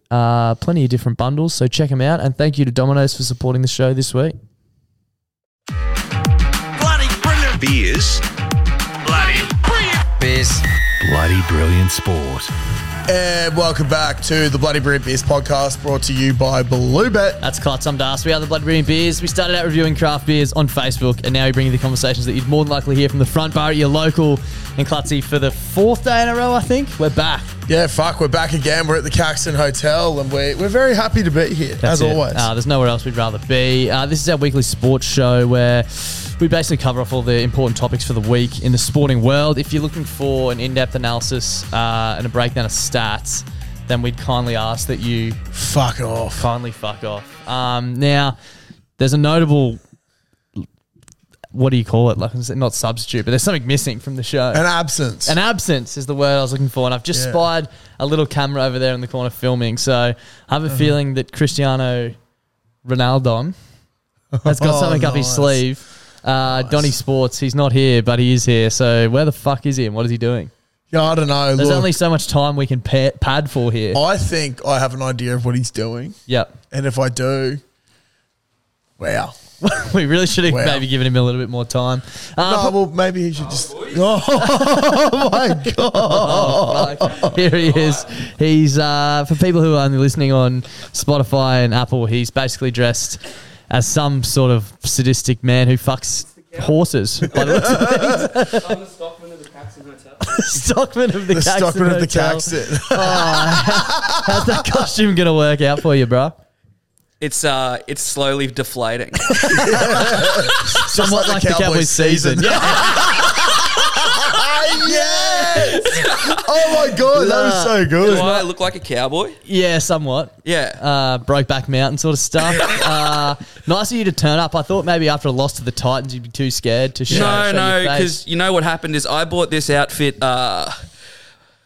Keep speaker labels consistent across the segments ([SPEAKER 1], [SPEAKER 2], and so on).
[SPEAKER 1] Uh, plenty of different bundles, so check them out. And thank you to Domino's for supporting the show this week.
[SPEAKER 2] Bloody brilliant beers. Bloody brilliant beers. Bloody brilliant sport.
[SPEAKER 3] And welcome back to the Bloody Brit Beers podcast brought to you by Bluebet.
[SPEAKER 1] That's Clutz, I'm Das. We are the Blood Brewing Beers. We started out reviewing craft beers on Facebook, and now we bring you the conversations that you'd more than likely hear from the front bar at your local. And Clutzy, for the fourth day in a row, I think, we're back.
[SPEAKER 3] Yeah, fuck, we're back again. We're at the Caxton Hotel and we're, we're very happy to be here, as
[SPEAKER 1] That's it.
[SPEAKER 3] always.
[SPEAKER 1] Uh, there's nowhere else we'd rather be. Uh, this is our weekly sports show where we basically cover off all the important topics for the week in the sporting world. If you're looking for an in depth analysis uh, and a breakdown of stats, then we'd kindly ask that you
[SPEAKER 3] fuck off.
[SPEAKER 1] Finally, fuck off. Um, now, there's a notable. What do you call it? Like, not substitute, but there's something missing from the show.
[SPEAKER 3] An absence.
[SPEAKER 1] An absence is the word I was looking for, and I've just
[SPEAKER 3] Yeah.
[SPEAKER 1] spied a little camera over there in the corner filming. So I have a
[SPEAKER 3] Uh-huh.
[SPEAKER 1] feeling that Cristiano Ronaldo has got
[SPEAKER 3] Oh,
[SPEAKER 1] something up his
[SPEAKER 3] nice.
[SPEAKER 1] sleeve. Uh, Donny Sports, he's not here, but he is here. So where the fuck is he, and what is he doing?
[SPEAKER 3] yeah, I don't know.
[SPEAKER 1] There's
[SPEAKER 3] Look,
[SPEAKER 1] only so much time we can pa- pad for here.
[SPEAKER 3] I think I have an idea of what he's doing.
[SPEAKER 1] Yep.
[SPEAKER 3] And if I do, wow.
[SPEAKER 1] We really should have
[SPEAKER 3] Wow.
[SPEAKER 1] maybe given him a little bit more time.
[SPEAKER 3] No,
[SPEAKER 1] Um,
[SPEAKER 3] well, maybe he should just. Oh, my God.
[SPEAKER 1] here he is. He's uh, for people who are only listening on Spotify and Apple. He's basically dressed as some sort of sadistic man who fucks horses. By the looks of
[SPEAKER 4] I'm the stockman of the Caxton Hotel.
[SPEAKER 1] the Stockman of the,
[SPEAKER 3] The
[SPEAKER 1] Caxton
[SPEAKER 3] Stockman of the
[SPEAKER 1] Hotel.
[SPEAKER 3] Caxton.
[SPEAKER 1] How's that costume gonna work out for you, bro?
[SPEAKER 4] It's uh, it's slowly deflating.
[SPEAKER 1] Somewhat
[SPEAKER 3] like the Cowboys season.
[SPEAKER 1] Yeah.
[SPEAKER 3] Ah, yes! oh, my God. That was so
[SPEAKER 4] Do
[SPEAKER 3] good.
[SPEAKER 4] I look like a cowboy?
[SPEAKER 1] yeah, somewhat.
[SPEAKER 4] Yeah.
[SPEAKER 1] uh, Brokeback Mountain sort of stuff. uh, nice of you to turn up. I thought maybe after a loss to the Titans, you'd be too scared to show. show
[SPEAKER 4] no, no,
[SPEAKER 1] your face.
[SPEAKER 4] because you know what happened is I bought this outfit uh,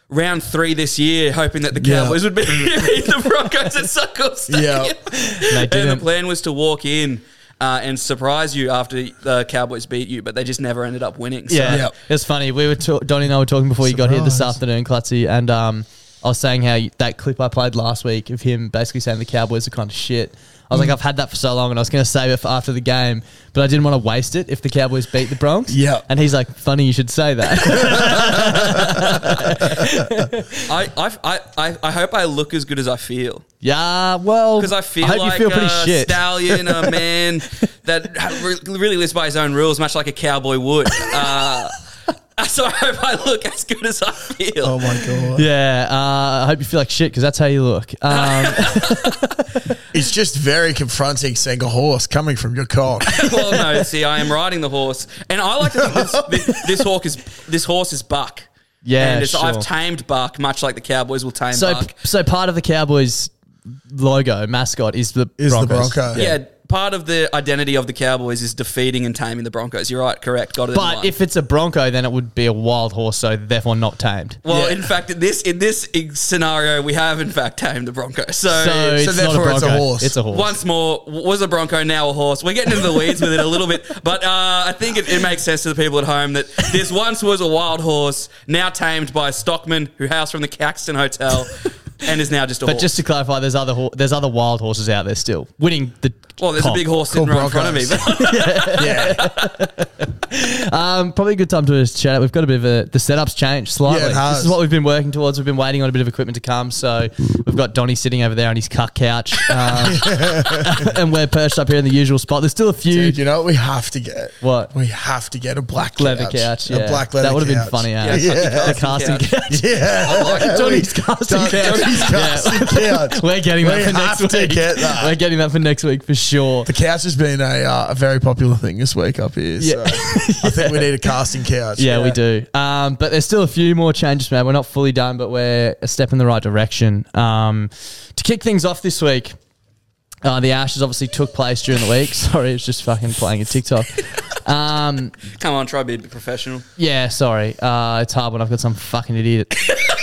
[SPEAKER 4] round three this year, hoping that the
[SPEAKER 3] Yeah.
[SPEAKER 4] Cowboys would be the Broncos at Suckle Stadium.
[SPEAKER 3] Yeah.
[SPEAKER 1] They
[SPEAKER 4] And the
[SPEAKER 1] didn't.
[SPEAKER 4] plan was to walk in uh, and surprise you after the Cowboys beat you, but they just never ended up winning. So
[SPEAKER 1] Yeah,
[SPEAKER 3] Yep.
[SPEAKER 1] it was funny. We were ta- Donnie and I were talking before you got here this
[SPEAKER 3] Surprise.
[SPEAKER 1] afternoon, Clutzy, and um, I was saying how you, that clip I played last week of him basically saying the Cowboys are kind of shit. I was
[SPEAKER 3] Mm.
[SPEAKER 1] like, I've had that for so long, and I was going to save it for after the game, but I didn't want to waste it if the Cowboys beat the Bronx.
[SPEAKER 3] Yeah.
[SPEAKER 1] and he's like, "Funny you should say that."
[SPEAKER 4] I, I, I, I, I hope I look as good as I feel.
[SPEAKER 1] yeah, well,
[SPEAKER 4] Because I feel
[SPEAKER 1] hope
[SPEAKER 4] like
[SPEAKER 1] you feel pretty
[SPEAKER 4] a
[SPEAKER 1] shit.
[SPEAKER 4] stallion, a man that ha- re- really lives by his own rules, much like a cowboy would. Uh, so I hope I look as good as I feel.
[SPEAKER 3] Oh my god.
[SPEAKER 1] yeah, uh, I hope you feel like shit because that's how you look. Um,
[SPEAKER 3] It's just very confronting seeing a horse coming from your cock.
[SPEAKER 4] well, no, see, I am riding the horse, and I like to think this, this, this hawk is this horse is Buck.
[SPEAKER 1] Yeah,
[SPEAKER 4] and it's, I've
[SPEAKER 1] sure.
[SPEAKER 4] tamed Buck, much like the Cowboys will tame
[SPEAKER 1] so,
[SPEAKER 4] Buck.
[SPEAKER 1] so part of the Cowboys logo mascot is the
[SPEAKER 3] Is the
[SPEAKER 1] Broncos.
[SPEAKER 3] Bronco.
[SPEAKER 4] Yeah. part of the identity of the Cowboys is defeating and taming the Broncos. You're right, correct, got it. in
[SPEAKER 1] But
[SPEAKER 4] line.
[SPEAKER 1] if it's a Bronco, then it would be a wild horse, so therefore not tamed.
[SPEAKER 4] well, in fact, in this in this scenario, we have in fact tamed the Broncos. So.
[SPEAKER 1] So, it's not a
[SPEAKER 3] therefore
[SPEAKER 1] Bronco.
[SPEAKER 3] it's a horse.
[SPEAKER 1] It's a horse.
[SPEAKER 4] once more, w- was a Bronco now a horse? We're getting into the weeds with it a little bit, but uh, I think it, it makes sense to the people at home that this once was a wild horse, now tamed by Stockman, who hails from the Caxton Hotel, and is now just a
[SPEAKER 1] but
[SPEAKER 4] horse.
[SPEAKER 1] just to clarify, there's other hor- there's other wild horses out there still winning the.
[SPEAKER 4] well, there's
[SPEAKER 1] comp.
[SPEAKER 4] a big horse sitting right
[SPEAKER 3] Called
[SPEAKER 4] in front of me.
[SPEAKER 3] Broncos. yeah.
[SPEAKER 1] Um, probably a good time to just chat. We've got a bit of a the setup's changed slightly.
[SPEAKER 3] Yeah, it has.
[SPEAKER 1] This is what we've been working towards. We've been waiting on a bit of equipment to come. So we've got Donnie sitting over there on his cuck couch, um, and we're perched up here in the usual spot. There's still a few.
[SPEAKER 3] Dude, you know what we have to get?
[SPEAKER 1] What?
[SPEAKER 3] We have to get a black
[SPEAKER 1] Leather couch, yeah.
[SPEAKER 3] A black leather
[SPEAKER 1] That
[SPEAKER 3] would
[SPEAKER 1] would've been
[SPEAKER 3] have
[SPEAKER 1] funny, eh?
[SPEAKER 4] Yeah,
[SPEAKER 1] the
[SPEAKER 3] Yeah.
[SPEAKER 1] casting
[SPEAKER 4] couch.
[SPEAKER 1] couch.
[SPEAKER 3] Yeah.
[SPEAKER 1] Donnie's casting
[SPEAKER 3] Don-
[SPEAKER 1] couch.
[SPEAKER 3] Donnie's
[SPEAKER 1] Yeah.
[SPEAKER 3] casting couch.
[SPEAKER 1] We're getting that
[SPEAKER 3] We
[SPEAKER 1] for next
[SPEAKER 3] have to
[SPEAKER 1] week.
[SPEAKER 3] get that.
[SPEAKER 1] We're getting that for next week for sure.
[SPEAKER 3] The couch has been a, uh, a very popular thing this week up here. So I think we need a casting couch.
[SPEAKER 1] Yeah, we do. Um, but there's still a few more changes, man. We're not fully done, but we're a step in the right direction. Um, to kick things off this week, uh, the Ashes obviously took place during the week. Sorry, it's just fucking playing a TikTok.
[SPEAKER 4] Come on, try to be a bit professional.
[SPEAKER 1] Yeah, sorry. Uh, it's hard when I've got some fucking idiot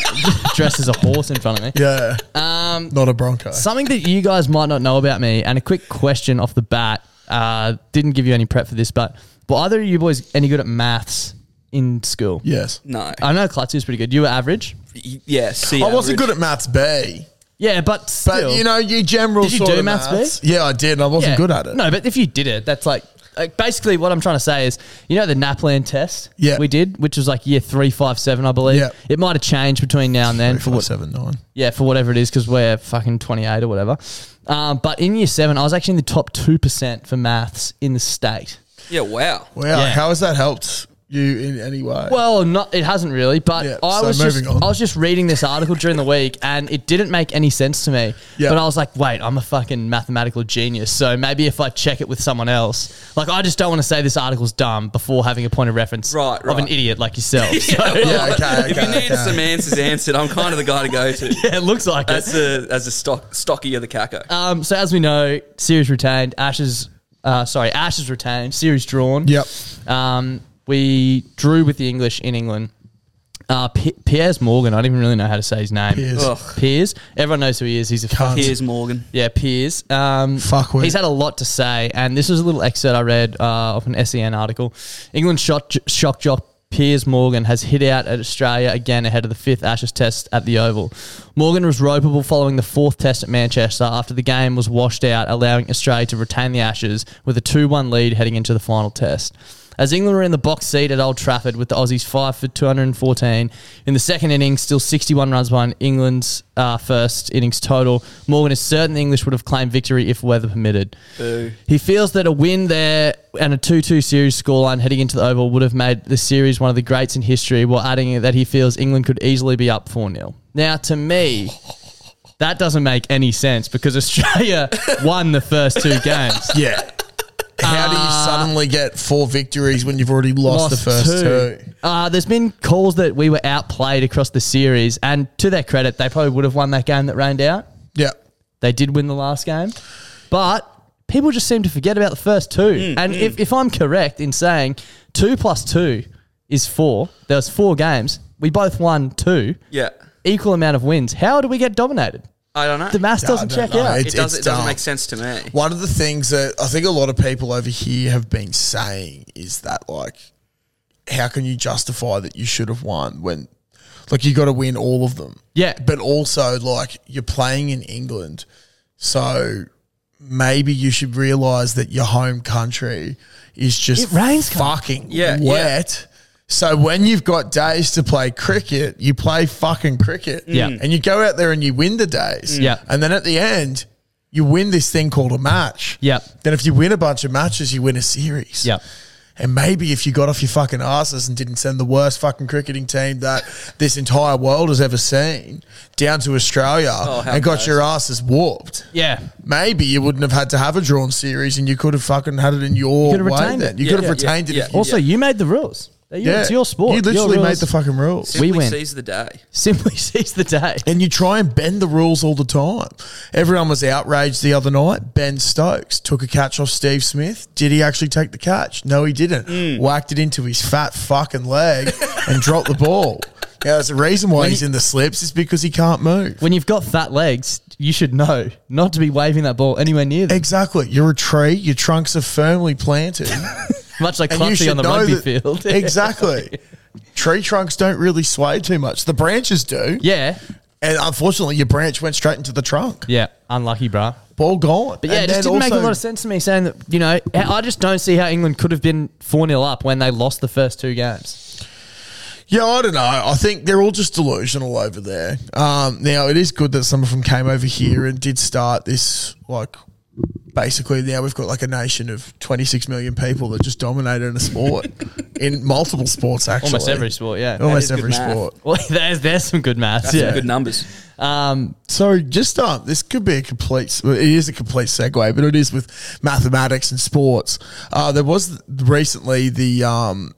[SPEAKER 1] dressed as a horse in front of me.
[SPEAKER 3] Yeah. Um, Not a Bronco.
[SPEAKER 1] Something that you guys might not know about me, and a quick question off the bat. Uh, didn't give you any prep for this, but were either of you boys any good at maths in school?
[SPEAKER 3] yes.
[SPEAKER 4] No.
[SPEAKER 1] I know Klutzy was pretty good. You were average.
[SPEAKER 4] Y- yeah, see.
[SPEAKER 3] I wasn't good at maths B,
[SPEAKER 1] Yeah, but
[SPEAKER 3] but
[SPEAKER 1] still.
[SPEAKER 3] you know, you general
[SPEAKER 1] Did you
[SPEAKER 3] sort
[SPEAKER 1] do
[SPEAKER 3] of
[SPEAKER 1] maths B?
[SPEAKER 3] Yeah, I did. and I wasn't
[SPEAKER 1] Yeah.
[SPEAKER 3] good at it.
[SPEAKER 1] No, but if you did it, that's like, like basically what I'm trying to say is, you know, the NAPLAN test
[SPEAKER 3] Yeah.
[SPEAKER 1] we did, which was like year three, five, seven, I believe.
[SPEAKER 3] Yeah.
[SPEAKER 1] It might have changed between now and then for what,
[SPEAKER 3] seven nine.
[SPEAKER 1] yeah, for whatever it is, because we're fucking 28 or whatever. Um, but in year seven, I was actually in the top 2% for maths in the state.
[SPEAKER 4] Yeah, wow.
[SPEAKER 3] Wow.
[SPEAKER 1] Yeah.
[SPEAKER 3] How has that helped you in any way?
[SPEAKER 1] Well, not it hasn't really, but
[SPEAKER 3] Yeah,
[SPEAKER 1] I
[SPEAKER 3] so
[SPEAKER 1] was
[SPEAKER 3] moving
[SPEAKER 1] just
[SPEAKER 3] on.
[SPEAKER 1] I was just reading this article during the week, and it didn't make any sense to me.
[SPEAKER 3] Yeah.
[SPEAKER 1] But I was like, wait, I'm a fucking mathematical genius, so maybe if I check it with someone else, like I just don't want to say this article's dumb before having a point of reference
[SPEAKER 4] Right,
[SPEAKER 1] of an
[SPEAKER 4] right.
[SPEAKER 1] idiot like yourself. So
[SPEAKER 4] well,
[SPEAKER 3] okay,
[SPEAKER 4] if you
[SPEAKER 3] okay,
[SPEAKER 4] need
[SPEAKER 3] okay.
[SPEAKER 4] some answers answered, I'm kind of the guy to go to.
[SPEAKER 1] yeah, it looks like it.
[SPEAKER 4] As a as a stock stocky of the caco.
[SPEAKER 1] Um, so as we know, series retained, Ashes, uh, sorry, Ashes retained, series drawn.
[SPEAKER 3] Yep.
[SPEAKER 1] Um, we drew with the English in England. Uh, P- Piers Morgan, I don't even really know how to say his name.
[SPEAKER 3] Piers.
[SPEAKER 4] Ugh.
[SPEAKER 1] Piers. Everyone knows who he is. He's a fucking
[SPEAKER 4] Here's Morgan.
[SPEAKER 1] yeah, Piers. Um,
[SPEAKER 3] Fuck with.
[SPEAKER 1] He's had a lot to say, and this was a little excerpt I read uh, of an SEN article. England shot, shock jock Piers Morgan has hit out at Australia again ahead of the fifth Ashes test at the Oval. Morgan was ropeable following the fourth test at Manchester after the game was washed out, allowing Australia to retain the Ashes with a 2 1 lead heading into the final test. As England were in the box seat at Old Trafford with the Aussies 5 for 214, in the second innings, still 61 runs behind England's uh, first innings total, Morgan is certain the English would have claimed victory if weather permitted. He feels that a win there and a 2 2 series scoreline heading into the Oval would have made the series one of the greats in history, while adding that he feels England could easily be up 4 0. Now, to me, that doesn't make any sense because Australia won the first two games.
[SPEAKER 3] Yeah. How do you suddenly get four victories when you've already Uh, lost, the first two?
[SPEAKER 1] Uh, there's been calls that we were outplayed across the series, and to their credit, they probably would have won that game that rained out.
[SPEAKER 3] Yeah.
[SPEAKER 1] They did win the last game, but people just seem to forget about the first two. and If, if I'm correct in saying two plus two is four, there was four games. we both won two,
[SPEAKER 4] Yeah.
[SPEAKER 1] equal amount of wins. How do we get dominated?
[SPEAKER 4] I don't know.
[SPEAKER 1] The math
[SPEAKER 3] Yeah,
[SPEAKER 1] doesn't
[SPEAKER 3] I don't
[SPEAKER 1] check
[SPEAKER 3] know.
[SPEAKER 1] out.
[SPEAKER 3] It-
[SPEAKER 4] it, does,
[SPEAKER 3] it's
[SPEAKER 4] it doesn't
[SPEAKER 3] dumb.
[SPEAKER 4] make sense to me.
[SPEAKER 3] One of the things that I think a lot of people over here have been saying is that like, how can you justify that you should have won when, like, you got to win all of them?
[SPEAKER 1] Yeah.
[SPEAKER 3] but also like you're playing in England, so maybe you should realize that your home country is just
[SPEAKER 1] It rains, cunt.
[SPEAKER 3] fucking
[SPEAKER 4] Yeah, yeah.
[SPEAKER 3] wet. So when you've got days to play cricket, you play fucking cricket.
[SPEAKER 1] Yeah.
[SPEAKER 3] And you go out there and you win the days.
[SPEAKER 1] Yeah.
[SPEAKER 3] And then at the end, you win this thing called a match.
[SPEAKER 1] Yeah.
[SPEAKER 3] Then if you win a bunch of matches, you win a series.
[SPEAKER 1] Yeah.
[SPEAKER 3] And maybe if you got off your fucking asses and didn't send the worst fucking cricketing team that this entire world has ever seen down to Australia
[SPEAKER 4] how
[SPEAKER 3] and got
[SPEAKER 4] nice.
[SPEAKER 3] your asses whooped,
[SPEAKER 1] Oh, Yeah.
[SPEAKER 3] maybe you wouldn't have had to have a drawn series and you could have fucking had it in your
[SPEAKER 1] You could have
[SPEAKER 3] way
[SPEAKER 1] retained it.
[SPEAKER 3] then. You
[SPEAKER 4] Yeah,
[SPEAKER 3] could have
[SPEAKER 4] yeah,
[SPEAKER 3] retained
[SPEAKER 4] yeah,
[SPEAKER 3] it. if
[SPEAKER 4] yeah.
[SPEAKER 3] you-
[SPEAKER 1] Also, you made the rules. They're your- It's your sport.
[SPEAKER 3] You
[SPEAKER 1] Your
[SPEAKER 3] literally made
[SPEAKER 1] rules.
[SPEAKER 3] the fucking rules.
[SPEAKER 1] We
[SPEAKER 4] Simply
[SPEAKER 1] win.
[SPEAKER 4] seize the day.
[SPEAKER 1] Simply sees the day.
[SPEAKER 3] And you try and bend the rules all the time. Everyone was outraged the other night. Ben Stokes took a catch off Steve Smith. Did he actually take the catch? No, he didn't.
[SPEAKER 1] Mm.
[SPEAKER 3] Whacked it into his fat fucking leg and dropped the ball. Yeah, that's the reason why he's in the slips is because he can't move.
[SPEAKER 1] When you've got fat legs, you should know not to be waving that ball anywhere near them.
[SPEAKER 3] Exactly. You're a tree. Your trunks are firmly planted.
[SPEAKER 1] Much like
[SPEAKER 3] And you
[SPEAKER 1] Clutchy
[SPEAKER 3] should
[SPEAKER 1] on the
[SPEAKER 3] know
[SPEAKER 1] rugby
[SPEAKER 3] that-
[SPEAKER 1] field.
[SPEAKER 3] Exactly. Tree trunks don't really sway too much. The branches do.
[SPEAKER 1] yeah.
[SPEAKER 3] And unfortunately, your branch went straight into the trunk.
[SPEAKER 1] Yeah. Unlucky, bruh.
[SPEAKER 3] Ball gone.
[SPEAKER 1] But yeah, it
[SPEAKER 3] And
[SPEAKER 1] just
[SPEAKER 3] then
[SPEAKER 1] didn't make a
[SPEAKER 3] also-
[SPEAKER 1] lot of sense to me saying that, you know, I just don't see how England could have been 4 0 up when they lost the first two games.
[SPEAKER 3] Yeah, I don't know. I think they're all just delusional over there. Um, now it is good that some of them came over here and did start this like basically now we've got like a nation of 26 million people that just dominated in a sport in multiple sports actually.
[SPEAKER 1] Almost every sport, yeah.
[SPEAKER 3] Almost
[SPEAKER 4] That is
[SPEAKER 3] every
[SPEAKER 4] good math.
[SPEAKER 3] sport.
[SPEAKER 1] Well, there's, there's some good maths.
[SPEAKER 4] Some
[SPEAKER 1] yeah.
[SPEAKER 4] Good numbers.
[SPEAKER 1] Um,
[SPEAKER 3] So just um, this could be a complete. It is a complete segue, but it is with mathematics and sports. Uh, there was recently the um,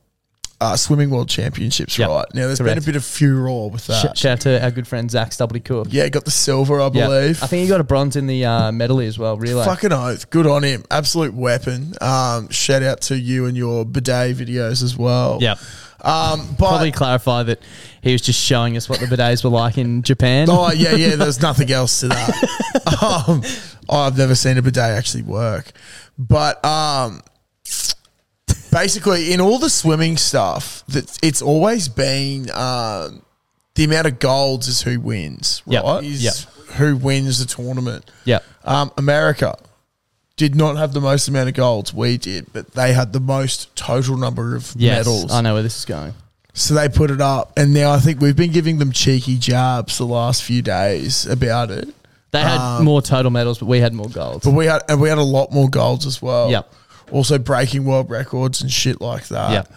[SPEAKER 3] uh, swimming world championships,
[SPEAKER 1] Yep,
[SPEAKER 3] right? Now there's been
[SPEAKER 1] correct.
[SPEAKER 3] a bit of furore with
[SPEAKER 1] sh-
[SPEAKER 3] that.
[SPEAKER 1] shout out to our good friend Zach Stubbley Cook.
[SPEAKER 3] yeah, got the silver, I
[SPEAKER 1] Yeah.
[SPEAKER 3] believe.
[SPEAKER 1] I think he got a bronze in the uh, medley as well, relay.
[SPEAKER 3] Fucking oath. Good on him. Absolute weapon. Um, shout out to you and your bidet videos as well.
[SPEAKER 1] Yeah.
[SPEAKER 3] Um, but,
[SPEAKER 1] Probably clarify that he was just showing us what the bidets were like in Japan.
[SPEAKER 3] Oh, yeah, yeah. There's nothing else to that. um, I've never seen a bidet actually work. But um, basically, in all the swimming stuff, that it's always been um, the amount of golds is who wins,
[SPEAKER 1] Yep,
[SPEAKER 3] right? Is
[SPEAKER 1] yep.
[SPEAKER 3] who wins the tournament.
[SPEAKER 1] Yeah.
[SPEAKER 3] Um, America did not have the most amount of golds. We did, but they had the most total number of
[SPEAKER 1] Yes.
[SPEAKER 3] medals.
[SPEAKER 1] I know where this is going.
[SPEAKER 3] So they put it up, and now I think we've been giving them cheeky jabs the last few days about it.
[SPEAKER 1] They had more total medals, but we had more golds.
[SPEAKER 3] Um, But we had and we had a lot more golds as well.
[SPEAKER 1] Yep.
[SPEAKER 3] Also breaking world records and shit like that.
[SPEAKER 1] Yeah.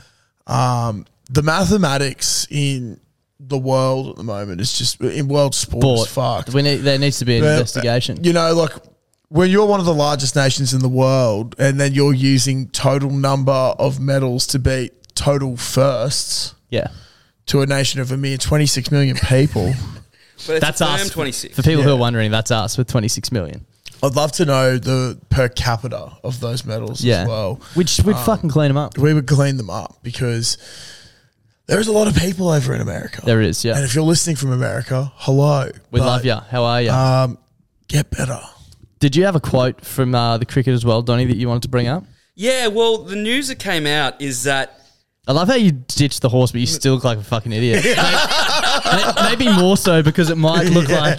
[SPEAKER 3] The mathematics in the world at the moment is just in world sport,
[SPEAKER 1] Sport.
[SPEAKER 3] is fucked.
[SPEAKER 1] We need, there needs to be an
[SPEAKER 3] But,
[SPEAKER 1] investigation.
[SPEAKER 3] You know, like when you're one of the largest nations in the world and then you're using total number of medals to beat total firsts
[SPEAKER 1] yeah.
[SPEAKER 3] to a nation of a mere 26 million people.
[SPEAKER 4] But it's
[SPEAKER 1] That's
[SPEAKER 4] a firm
[SPEAKER 1] us.
[SPEAKER 4] 26.
[SPEAKER 1] For people who are wondering, that's us with 26 million.
[SPEAKER 3] I'd love to know the per capita of those medals
[SPEAKER 1] Yeah.
[SPEAKER 3] as well.
[SPEAKER 1] Which
[SPEAKER 3] Um,
[SPEAKER 1] would fucking clean them up.
[SPEAKER 3] We would clean them up because there's a lot of people over in America.
[SPEAKER 1] There is, yeah.
[SPEAKER 3] And if you're listening from America, hello.
[SPEAKER 1] We
[SPEAKER 3] But uh,
[SPEAKER 1] love you. How are you?
[SPEAKER 3] Get better.
[SPEAKER 1] Did you have a quote from uh, the cricket as well, Donny, that you wanted to bring up?
[SPEAKER 4] Yeah, well, the news that came out is that
[SPEAKER 1] I love how you ditched the horse, but you still look like a fucking idiot. May- Maybe more so because it might look like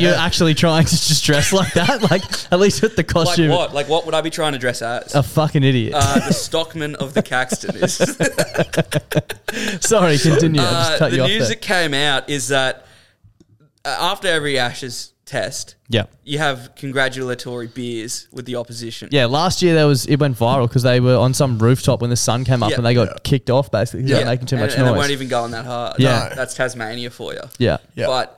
[SPEAKER 1] you're actually trying to just dress like that. Like, at least with the
[SPEAKER 4] like
[SPEAKER 1] costume.
[SPEAKER 4] what? Like what would I be trying to dress as?
[SPEAKER 1] A fucking idiot.
[SPEAKER 4] uh, the Stockman of the Caxton is.
[SPEAKER 1] Sorry, continue. I
[SPEAKER 4] Uh,
[SPEAKER 1] just cut
[SPEAKER 4] the
[SPEAKER 1] you off
[SPEAKER 4] news
[SPEAKER 1] there.
[SPEAKER 4] that came out is that uh, after every Ashes test,
[SPEAKER 1] Yeah.
[SPEAKER 4] you have congratulatory beers with the opposition.
[SPEAKER 1] Yeah, last year there was it went viral because they were on some rooftop when the sun came up
[SPEAKER 4] Yeah.
[SPEAKER 1] and they got kicked off basically. 'cause they were making too
[SPEAKER 4] and,
[SPEAKER 1] much
[SPEAKER 4] and
[SPEAKER 1] noise.
[SPEAKER 4] they weren't even going that hard.
[SPEAKER 1] Yeah.
[SPEAKER 4] No, that's Tasmania for you.
[SPEAKER 1] yeah,
[SPEAKER 3] Yeah.
[SPEAKER 4] But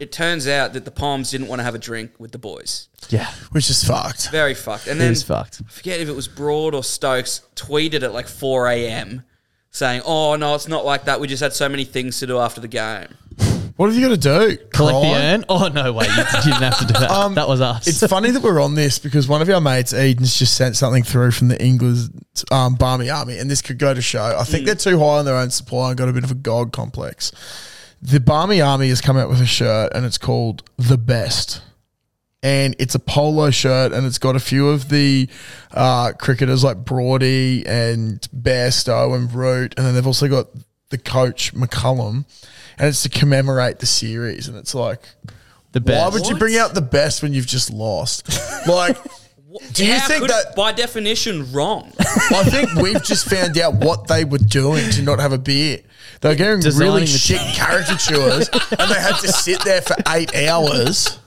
[SPEAKER 4] it turns out that the Palms didn't want to have a drink with the boys.
[SPEAKER 1] yeah,
[SPEAKER 3] Which is fucked.
[SPEAKER 4] Very fucked. And
[SPEAKER 1] it
[SPEAKER 4] then
[SPEAKER 1] was fucked.
[SPEAKER 4] I forget if it was Broad or Stokes tweeted at like 4 a.m. saying, "Oh no, it's not like that. We just had so many things to do after the game."
[SPEAKER 3] What have you got to do?
[SPEAKER 1] Collect the
[SPEAKER 3] Cry?
[SPEAKER 1] urn? Oh, no way. You, you didn't have to do that.
[SPEAKER 4] Um,
[SPEAKER 1] that was us.
[SPEAKER 3] It's funny that we're on this because one of our mates, Eden's, just sent something through from the England um, Barmy Army, and this could go to show. I think they're too high on their own supply and got a bit of a god complex. The Barmy Army has come out with a shirt, and it's called The Best. And it's a polo shirt, and it's got a few of the uh, cricketers like Brody and Bairstow and Root, and then they've also got the coach McCullum, and it's to commemorate the series. And it's like,
[SPEAKER 1] the best.
[SPEAKER 3] why would you
[SPEAKER 4] What?
[SPEAKER 3] bring out the best when you've just lost? Like, do you
[SPEAKER 4] How
[SPEAKER 3] think
[SPEAKER 4] could-
[SPEAKER 3] that?
[SPEAKER 4] by definition wrong?
[SPEAKER 3] I think we've just found out what they were doing to not have a beer. They were getting
[SPEAKER 1] Designing
[SPEAKER 3] really
[SPEAKER 1] the-
[SPEAKER 3] shit caricatures, and they had to sit there for eight hours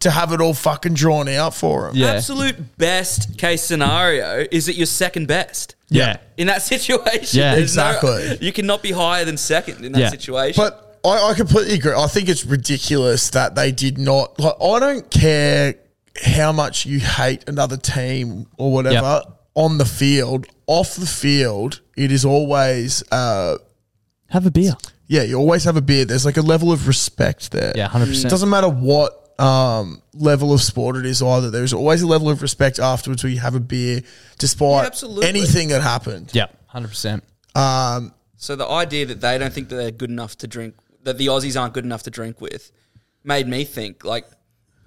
[SPEAKER 3] to have it all fucking drawn out for them.
[SPEAKER 1] Yeah.
[SPEAKER 4] Absolute best case scenario is that you're second best.
[SPEAKER 1] Yeah.
[SPEAKER 4] In that situation,
[SPEAKER 1] Yeah.
[SPEAKER 4] there's no-
[SPEAKER 3] Exactly.
[SPEAKER 4] you cannot be higher than second in that
[SPEAKER 1] Yeah.
[SPEAKER 4] situation.
[SPEAKER 3] But I, I completely agree. I think it's ridiculous that they did not. Like, I don't care how much you hate another team or whatever
[SPEAKER 1] Yep.
[SPEAKER 3] on the field. Off the field, it is always uh,
[SPEAKER 1] Have a beer.
[SPEAKER 3] yeah, you always have a beer. There's like a level of respect there.
[SPEAKER 1] Yeah, 100%.
[SPEAKER 3] It doesn't matter what um, level of sport it is either. There's always a level of respect afterwards where you have a beer,
[SPEAKER 4] Yeah,
[SPEAKER 3] despite
[SPEAKER 4] absolutely.
[SPEAKER 3] anything that happened.
[SPEAKER 1] Yeah. 100%.
[SPEAKER 4] so the idea that they don't think that they're good enough to drink, that the Aussies aren't good enough to drink with, made me think like.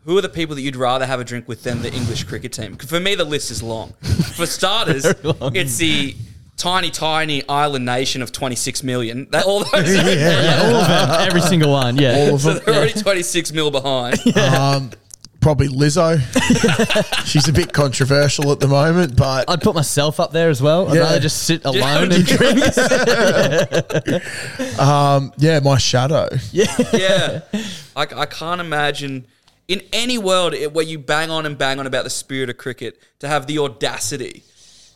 [SPEAKER 4] Who are the people that you'd rather have a drink with than the English cricket team? For me, the list is long. For starters, it's the tiny, tiny island nation of 26 million. That, all those
[SPEAKER 1] Yeah, all of them. Every single one. Yeah.
[SPEAKER 3] All of
[SPEAKER 4] So
[SPEAKER 3] them. Um,
[SPEAKER 4] they're already 26 mil behind.
[SPEAKER 3] Probably Lizzo. She's a bit controversial at the moment, but
[SPEAKER 1] I'd put myself up there as well. I'd
[SPEAKER 3] Yeah.
[SPEAKER 1] rather just sit alone
[SPEAKER 4] Yeah.
[SPEAKER 1] and drink.
[SPEAKER 3] yeah, my shadow.
[SPEAKER 4] yeah. I, I can't imagine in any world it, where you bang on and bang on about the spirit of cricket to have the audacity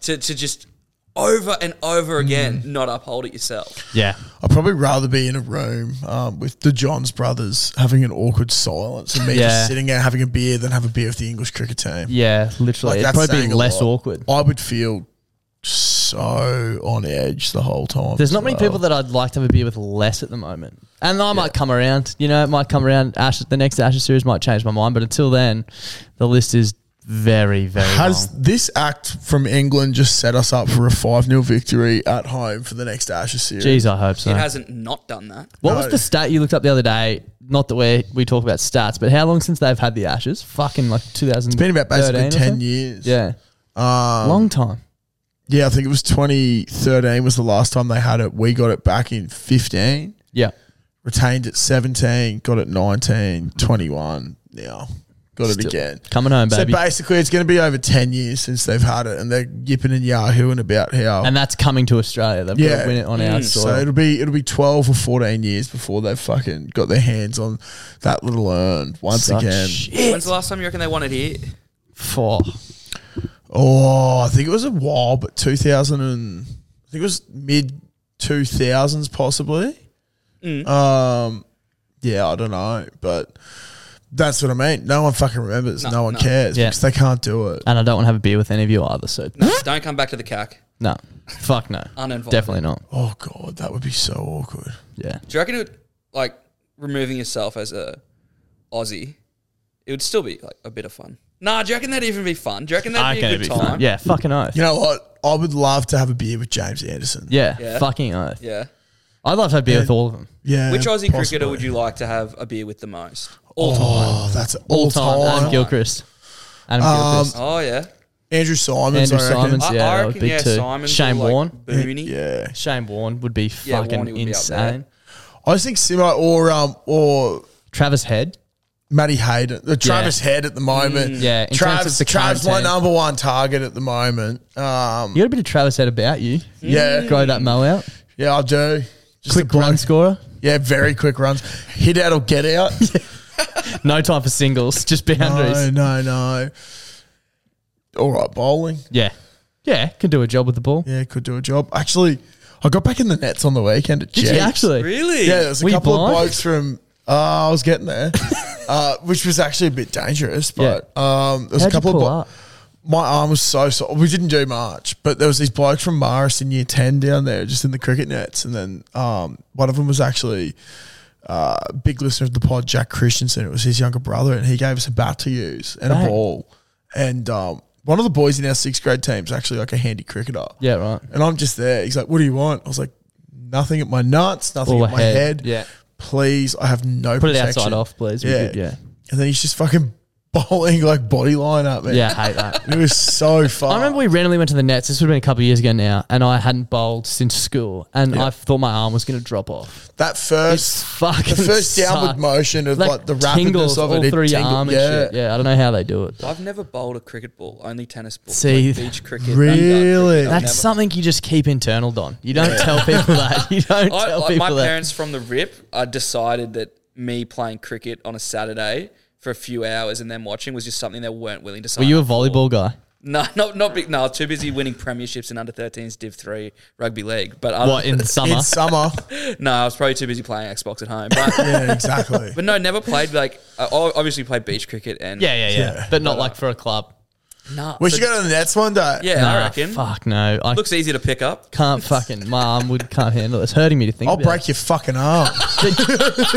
[SPEAKER 4] to, to just over and over again not uphold it yourself.
[SPEAKER 1] yeah.
[SPEAKER 3] I'd probably rather be in a room um, with the Johns brothers having an awkward silence and me
[SPEAKER 1] Yeah.
[SPEAKER 3] just sitting out having a beer than have a beer with the English cricket team.
[SPEAKER 1] Yeah, literally.
[SPEAKER 3] that's
[SPEAKER 1] It'd probably
[SPEAKER 3] saying
[SPEAKER 1] be
[SPEAKER 3] a
[SPEAKER 1] less
[SPEAKER 3] lot.
[SPEAKER 1] awkward.
[SPEAKER 3] I would feel so on edge the whole time.
[SPEAKER 1] There's
[SPEAKER 3] as
[SPEAKER 1] not many
[SPEAKER 3] well.
[SPEAKER 1] people that I'd like to have a beer with less at the moment. And I might come around, you know, it might come around. Ash, the next Ashes series might change my mind, but until then, the list is very, very
[SPEAKER 3] Has
[SPEAKER 1] long.
[SPEAKER 3] this act from England just set us up for a 5 0 victory at home for the next Ashes series?
[SPEAKER 1] Jeez, I hope so.
[SPEAKER 4] It hasn't not done that.
[SPEAKER 1] what
[SPEAKER 3] No.
[SPEAKER 1] was the stat you looked up the other day? Not that we we talk about stats, but how long since they've had the Ashes? Fucking like 2000.
[SPEAKER 3] It's been about basically 10 years. Um,
[SPEAKER 1] Yeah. long time.
[SPEAKER 3] Yeah, I think it was 2013 was the last time they had it. We got it back in 15,
[SPEAKER 1] Yeah.
[SPEAKER 3] retained it 17, got it 19, 21. Now, got it
[SPEAKER 1] Still
[SPEAKER 3] again.
[SPEAKER 1] Coming home,
[SPEAKER 3] So
[SPEAKER 1] baby.
[SPEAKER 3] basically, it's going to be over 10 years since they've had it, and they're yipping and yahooing about how.
[SPEAKER 1] and that's coming to Australia. They've got
[SPEAKER 3] Yeah. Mm,
[SPEAKER 1] to win it on our
[SPEAKER 4] Mm.
[SPEAKER 3] So
[SPEAKER 1] soil.
[SPEAKER 3] it'll be it'll be twelve or fourteen years before they've fucking got their hands on that little urn once
[SPEAKER 1] Such
[SPEAKER 3] again.
[SPEAKER 1] shit.
[SPEAKER 4] When's the last time you reckon they won it here?
[SPEAKER 1] Four.
[SPEAKER 3] Oh, I think it was a while, but two thousand and I think it was mid two thousands possibly.
[SPEAKER 4] Mm.
[SPEAKER 3] Um, yeah, I don't know, but that's what I mean. No one fucking remembers. No,
[SPEAKER 4] No,
[SPEAKER 3] one
[SPEAKER 4] no.
[SPEAKER 3] cares
[SPEAKER 1] Yeah.
[SPEAKER 3] because they can't do it.
[SPEAKER 1] And I don't want to have a beer with any of you either, so
[SPEAKER 4] Don't come back to the CAC.
[SPEAKER 1] No. Fuck no.
[SPEAKER 4] Uninvited.
[SPEAKER 1] Definitely not.
[SPEAKER 3] Oh god, that would be so awkward.
[SPEAKER 1] Yeah.
[SPEAKER 4] Do you reckon it would, like, removing yourself as a Aussie, it would still be, like, a bit of fun? Nah, do you reckon that'd even be fun? Do you reckon that'd be a good time?
[SPEAKER 1] Yeah, fucking oath.
[SPEAKER 3] You know what? I would love to have a beer with James Anderson.
[SPEAKER 1] Yeah,
[SPEAKER 4] Yeah.
[SPEAKER 1] fucking oath.
[SPEAKER 4] Yeah.
[SPEAKER 1] I'd love to have beer with all of them.
[SPEAKER 3] yeah.
[SPEAKER 4] Which Aussie cricketer
[SPEAKER 3] possibly.
[SPEAKER 4] would you like to have a beer with the most? All time.
[SPEAKER 3] Oh, that's
[SPEAKER 1] All
[SPEAKER 3] all
[SPEAKER 1] time.
[SPEAKER 3] time. Um,
[SPEAKER 1] Adam Gilchrist. Adam Gilchrist.
[SPEAKER 4] Oh yeah.
[SPEAKER 3] Andrew Simons.
[SPEAKER 1] Andrew
[SPEAKER 3] I reckon.
[SPEAKER 1] Simons. Yeah, that would be two. Shane
[SPEAKER 4] or, like,
[SPEAKER 1] Warne.
[SPEAKER 4] Booney.
[SPEAKER 3] Yeah.
[SPEAKER 1] Shane Warne would be
[SPEAKER 4] Yeah,
[SPEAKER 1] fucking
[SPEAKER 4] Warne would be up
[SPEAKER 1] insane.
[SPEAKER 4] there.
[SPEAKER 3] I just think Simo or um or
[SPEAKER 1] Travis Head.
[SPEAKER 3] Matty Hayden, uh, Travis
[SPEAKER 1] Yeah. Mm.
[SPEAKER 3] Head at the moment.
[SPEAKER 1] Yeah, in terms
[SPEAKER 3] Travis.
[SPEAKER 1] of the
[SPEAKER 3] Travis my
[SPEAKER 1] content.
[SPEAKER 3] number one target at the moment. Um,
[SPEAKER 1] You got a bit of Travis Head about you.
[SPEAKER 3] yeah,
[SPEAKER 1] Grow that mo out.
[SPEAKER 3] yeah, I do. Just a
[SPEAKER 1] Quick run scorer.
[SPEAKER 3] Yeah, very quick runs. Hit out or get out.
[SPEAKER 1] No time for singles, just boundaries.
[SPEAKER 3] no, no, no. All right, bowling.
[SPEAKER 1] Yeah. Yeah, can do a job with the ball.
[SPEAKER 3] Yeah, could do a job. Actually, I got back in the nets on the weekend. At
[SPEAKER 1] Did you
[SPEAKER 3] Jake's.
[SPEAKER 1] actually?
[SPEAKER 4] Really?
[SPEAKER 3] Yeah, there was a
[SPEAKER 1] Were you
[SPEAKER 3] couple of
[SPEAKER 1] blind?
[SPEAKER 3] blokes from. Uh, I was getting there, uh, which was actually a bit dangerous. But um, there
[SPEAKER 1] How'd
[SPEAKER 3] was a
[SPEAKER 1] you
[SPEAKER 3] couple
[SPEAKER 1] pull
[SPEAKER 3] of. blo-
[SPEAKER 1] up?
[SPEAKER 3] my arm was so sore. We didn't do much, but there was these blokes from Maris in year ten down there, just in the cricket nets, and then um, one of them was actually uh, big listener of the pod, Jack Christensen. It was his younger brother, and he gave us a bat to use and
[SPEAKER 1] Bang.
[SPEAKER 3] a ball. And um, one of the boys in our sixth grade team's actually like a handy cricketer.
[SPEAKER 1] Yeah, right.
[SPEAKER 3] And I'm just there. He's like, "What do you want?" I was like, "Nothing at my nuts, nothing
[SPEAKER 1] All
[SPEAKER 3] at my
[SPEAKER 1] ahead.
[SPEAKER 3] head.
[SPEAKER 1] Yeah.
[SPEAKER 3] please, I have no
[SPEAKER 1] Put it
[SPEAKER 3] protection.
[SPEAKER 1] outside off, please. We
[SPEAKER 3] Yeah,
[SPEAKER 1] could- yeah.
[SPEAKER 3] And then he's just fucking bowling like body line at me.
[SPEAKER 1] Yeah, I hate that.
[SPEAKER 3] it was so fun.
[SPEAKER 1] I remember we randomly went to the Nets. This would have been a couple of years ago now, and I hadn't bowled since school, and I thought my arm was going to drop off.
[SPEAKER 3] that first
[SPEAKER 1] It's fucking
[SPEAKER 3] the first
[SPEAKER 1] sucked.
[SPEAKER 3] downward motion of like, the
[SPEAKER 1] tingles
[SPEAKER 3] rapidness of
[SPEAKER 1] all
[SPEAKER 3] it, it
[SPEAKER 1] through your
[SPEAKER 3] tingled.
[SPEAKER 1] arm and
[SPEAKER 3] yeah.
[SPEAKER 1] shit. Yeah, I don't know how they do it.
[SPEAKER 4] I've never bowled a cricket ball, only tennis ball.
[SPEAKER 1] See,
[SPEAKER 4] like beach cricket.
[SPEAKER 3] really?
[SPEAKER 4] backyard cricket. I've
[SPEAKER 1] That's
[SPEAKER 4] never-
[SPEAKER 1] something you just keep internal, Don. You don't tell people that. You don't
[SPEAKER 4] I,
[SPEAKER 1] tell
[SPEAKER 4] like,
[SPEAKER 1] people
[SPEAKER 4] my
[SPEAKER 1] that.
[SPEAKER 4] parents from the rip uh, decided that me playing cricket on a Saturday for a few hours and then watching was just something they weren't willing to sign.
[SPEAKER 1] Were you a
[SPEAKER 4] up for.
[SPEAKER 1] volleyball guy?
[SPEAKER 4] No, not not big. No, I was too busy winning premierships in under 13s Div three rugby league. But other-
[SPEAKER 1] What in the summer?
[SPEAKER 3] In summer.
[SPEAKER 4] no, I was probably too busy playing Xbox at home. But,
[SPEAKER 3] yeah, exactly.
[SPEAKER 4] but no, never played like. I o- obviously played beach cricket and
[SPEAKER 1] yeah, yeah, yeah,
[SPEAKER 3] Yeah.
[SPEAKER 1] But not like for a club.
[SPEAKER 4] Nah,
[SPEAKER 3] we
[SPEAKER 4] but-
[SPEAKER 3] should go to the Nets one day.
[SPEAKER 4] Yeah, I
[SPEAKER 1] Nah,
[SPEAKER 4] reckon.
[SPEAKER 1] Fuck no. I
[SPEAKER 4] Looks easy to pick up.
[SPEAKER 1] can't fucking. My arm would can't handle it. It's hurting me to think.
[SPEAKER 3] I'll
[SPEAKER 1] about it.
[SPEAKER 3] break your fucking arm.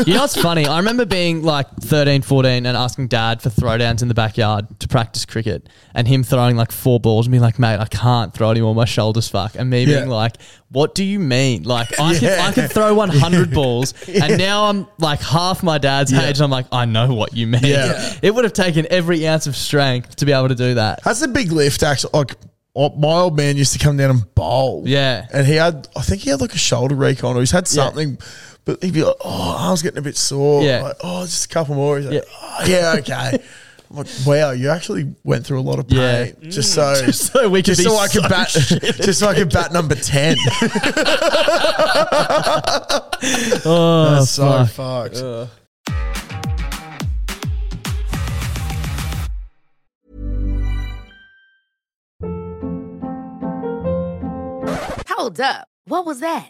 [SPEAKER 1] you know what's funny? I remember being like 13, 14 and asking dad for throwdowns in the backyard to practice cricket and him throwing like four balls and being like, mate, I can't throw anymore. My shoulder's fuck. And me
[SPEAKER 3] Yeah.
[SPEAKER 1] being like, what do you mean? Like, I, could,
[SPEAKER 3] Yeah.
[SPEAKER 1] I could throw 100 balls and now I'm like half my dad's age and I'm like, I know what you mean.
[SPEAKER 3] Yeah. Yeah.
[SPEAKER 1] It would have taken every ounce of strength to be able to do that.
[SPEAKER 3] That's a big lift, actually. Like oh, my old man used to come down and bowl.
[SPEAKER 1] Yeah.
[SPEAKER 3] and he had, I think he had like a shoulder recon or he's had something, but he'd be like, "Oh, arm's getting a bit sore."
[SPEAKER 1] Yeah.
[SPEAKER 3] like, oh, just a couple more. He's like,
[SPEAKER 1] Yeah.
[SPEAKER 3] yeah, oh, yeah okay. I'm like, wow, you actually went through a lot of pain
[SPEAKER 1] Yeah. Mm.
[SPEAKER 3] just so.
[SPEAKER 1] Just so we could
[SPEAKER 3] Just
[SPEAKER 1] be
[SPEAKER 3] so I could
[SPEAKER 1] so
[SPEAKER 3] bat, just so I could bat number ten.
[SPEAKER 1] Oh,
[SPEAKER 3] That's so
[SPEAKER 1] fuck.
[SPEAKER 3] fucked.
[SPEAKER 4] Uh,
[SPEAKER 5] Hold up. What was that?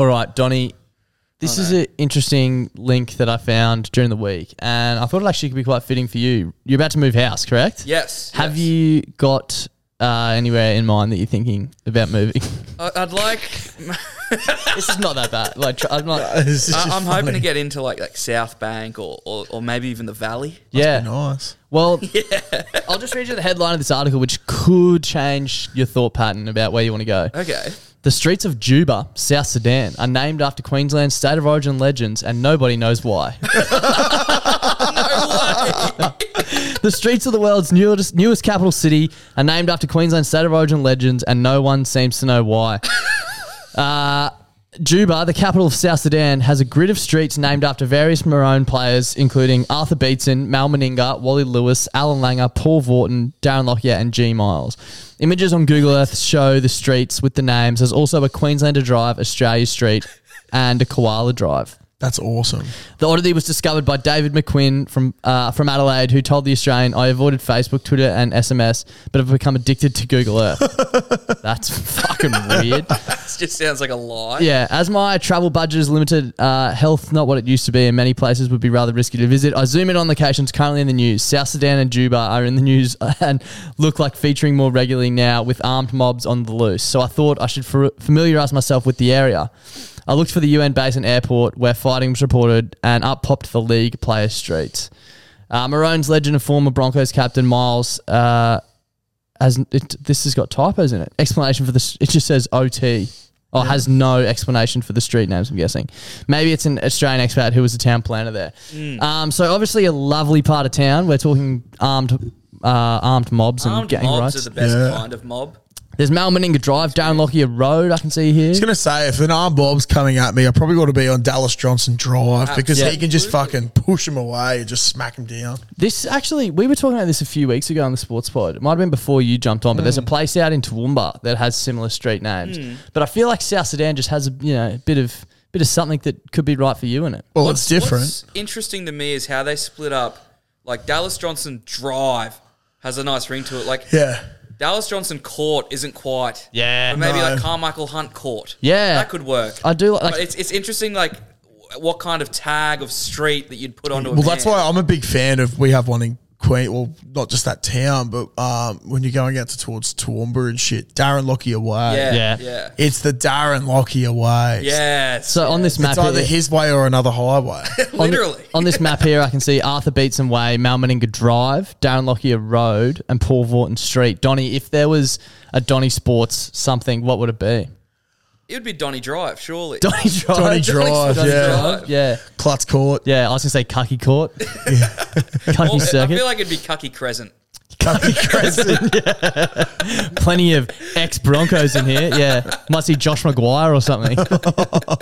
[SPEAKER 1] All right, Donny.
[SPEAKER 4] Oh,
[SPEAKER 1] This is an interesting link that I found during the week, and I thought it actually could be quite fitting for you. You're about to move house, correct?
[SPEAKER 4] Yes.
[SPEAKER 1] Have
[SPEAKER 4] yes.
[SPEAKER 1] you got uh, anywhere in mind that you're thinking about moving?
[SPEAKER 4] I- I'd like.
[SPEAKER 1] this is not that bad. Like, tr- I'm not.
[SPEAKER 3] This is
[SPEAKER 4] I-
[SPEAKER 3] just
[SPEAKER 4] I'm hoping to
[SPEAKER 3] funny.
[SPEAKER 4] get into like like South Bank or or, or maybe even the Valley.
[SPEAKER 1] yeah.
[SPEAKER 3] nice.
[SPEAKER 1] Well, I'll just read you the headline of this article, which could change your thought pattern about where you want to go.
[SPEAKER 4] Okay.
[SPEAKER 1] The streets of Juba, South Sudan, are named after Queensland's state of origin legends, and nobody knows why. the streets of the world's newest, newest capital city are named after Queensland's state of origin legends, and no one seems to know why. Uh, Juba, the capital of South Sudan, has a grid of streets named after various Maroon players, including Arthur Beetson, Mal Meninga, Wally Lewis, Alan Langer, Paul Vorton, Darren Lockyer, and G Miles. Images on Google Earth show the streets with the names. There's also a Queenslander Drive, Australia Street, and a Koala Drive.
[SPEAKER 3] That's awesome.
[SPEAKER 1] The oddity was discovered by David McQuinn from uh, from Adelaide, who told the Australian, "I avoided Facebook, Twitter, and SMS, but have become addicted to Google Earth." That's fucking weird.
[SPEAKER 4] This just sounds like a lie.
[SPEAKER 1] Yeah, as my travel budget is limited, uh, health not what it used to be, and many places would be rather risky to visit. I zoom in on locations currently in the news. South Sudan and Juba are in the news and look like featuring more regularly now with armed mobs on the loose. So I thought I should fa- familiarise myself with the area. I looked for the UN base and airport where fighting was reported, and up popped the league player streets. Uh, Maroon's legend of former Broncos captain Miles. Uh, has, it, this has got typos in it. Explanation for this. It just says OT. Or has no explanation for the street names, I'm guessing. Maybe it's an Australian expat who was a town planner there.
[SPEAKER 4] Mm.
[SPEAKER 1] Um, so, obviously, a lovely part of town. We're talking armed uh, armed mobs and
[SPEAKER 4] Armed
[SPEAKER 1] gang
[SPEAKER 4] mobs
[SPEAKER 1] rights.
[SPEAKER 4] are the best
[SPEAKER 3] Yeah.
[SPEAKER 4] kind of mob.
[SPEAKER 1] There's Mal Meninga Drive, Darren Lockyer Road, I can see here.
[SPEAKER 3] I was gonna say if an arm bob's coming at me, I probably got to be on Dallas Johnson
[SPEAKER 4] Ah,
[SPEAKER 3] Drive because he can just fucking push him away and just smack him down.
[SPEAKER 1] This actually, we were talking about this a few weeks ago on the sports pod. It might have been before you jumped on, but there's a place out in Toowoomba that has similar street names. But I feel like South Sudan just has a you know a bit of bit of something that could be right for you in it.
[SPEAKER 3] Well, it's different.
[SPEAKER 4] What's interesting to me is how they split up. Like Dallas Johnson Drive has a nice ring to it. Like
[SPEAKER 3] yeah,
[SPEAKER 4] Dallas Johnson Court isn't quite.
[SPEAKER 1] Yeah,
[SPEAKER 4] Or maybe
[SPEAKER 3] no.
[SPEAKER 4] like Carmichael Hunt Court.
[SPEAKER 1] Yeah.
[SPEAKER 4] That could work.
[SPEAKER 1] I do like,
[SPEAKER 4] but it's it's interesting like w- what kind of tag of street that you'd put onto a
[SPEAKER 3] well, that's
[SPEAKER 4] van.
[SPEAKER 3] why I'm a big fan of. We have one in Queen. Well, not just that town, but um, when you're going out to towards Toowoomba and shit, Darren Lockyer Way.
[SPEAKER 4] Yeah.
[SPEAKER 1] Yeah.
[SPEAKER 4] Yeah.
[SPEAKER 3] It's the Darren Lockyer Way.
[SPEAKER 4] Yes.
[SPEAKER 1] so on this map
[SPEAKER 3] It's either
[SPEAKER 1] here-
[SPEAKER 3] his way or another highway.
[SPEAKER 1] on,
[SPEAKER 4] Literally.
[SPEAKER 1] on this map here, I can see Arthur Beetson Way, Mal Meninga Drive, Darren Lockyer Road, and Paul Vorton Street. Donny, if there was a Donny Sports something, what would it be?
[SPEAKER 4] It would be Donny Drive, surely.
[SPEAKER 1] Donny Drive.
[SPEAKER 3] Donny Drive,
[SPEAKER 1] Donny
[SPEAKER 3] yeah.
[SPEAKER 1] Drive, yeah.
[SPEAKER 3] Klutz Court.
[SPEAKER 1] Yeah, I was gonna say Cucky Court, Cucky
[SPEAKER 4] Or- I
[SPEAKER 1] Circuit.
[SPEAKER 4] feel like it'd be Cucky Crescent.
[SPEAKER 1] plenty of ex Broncos in here. Yeah, might see Josh Maguire or something.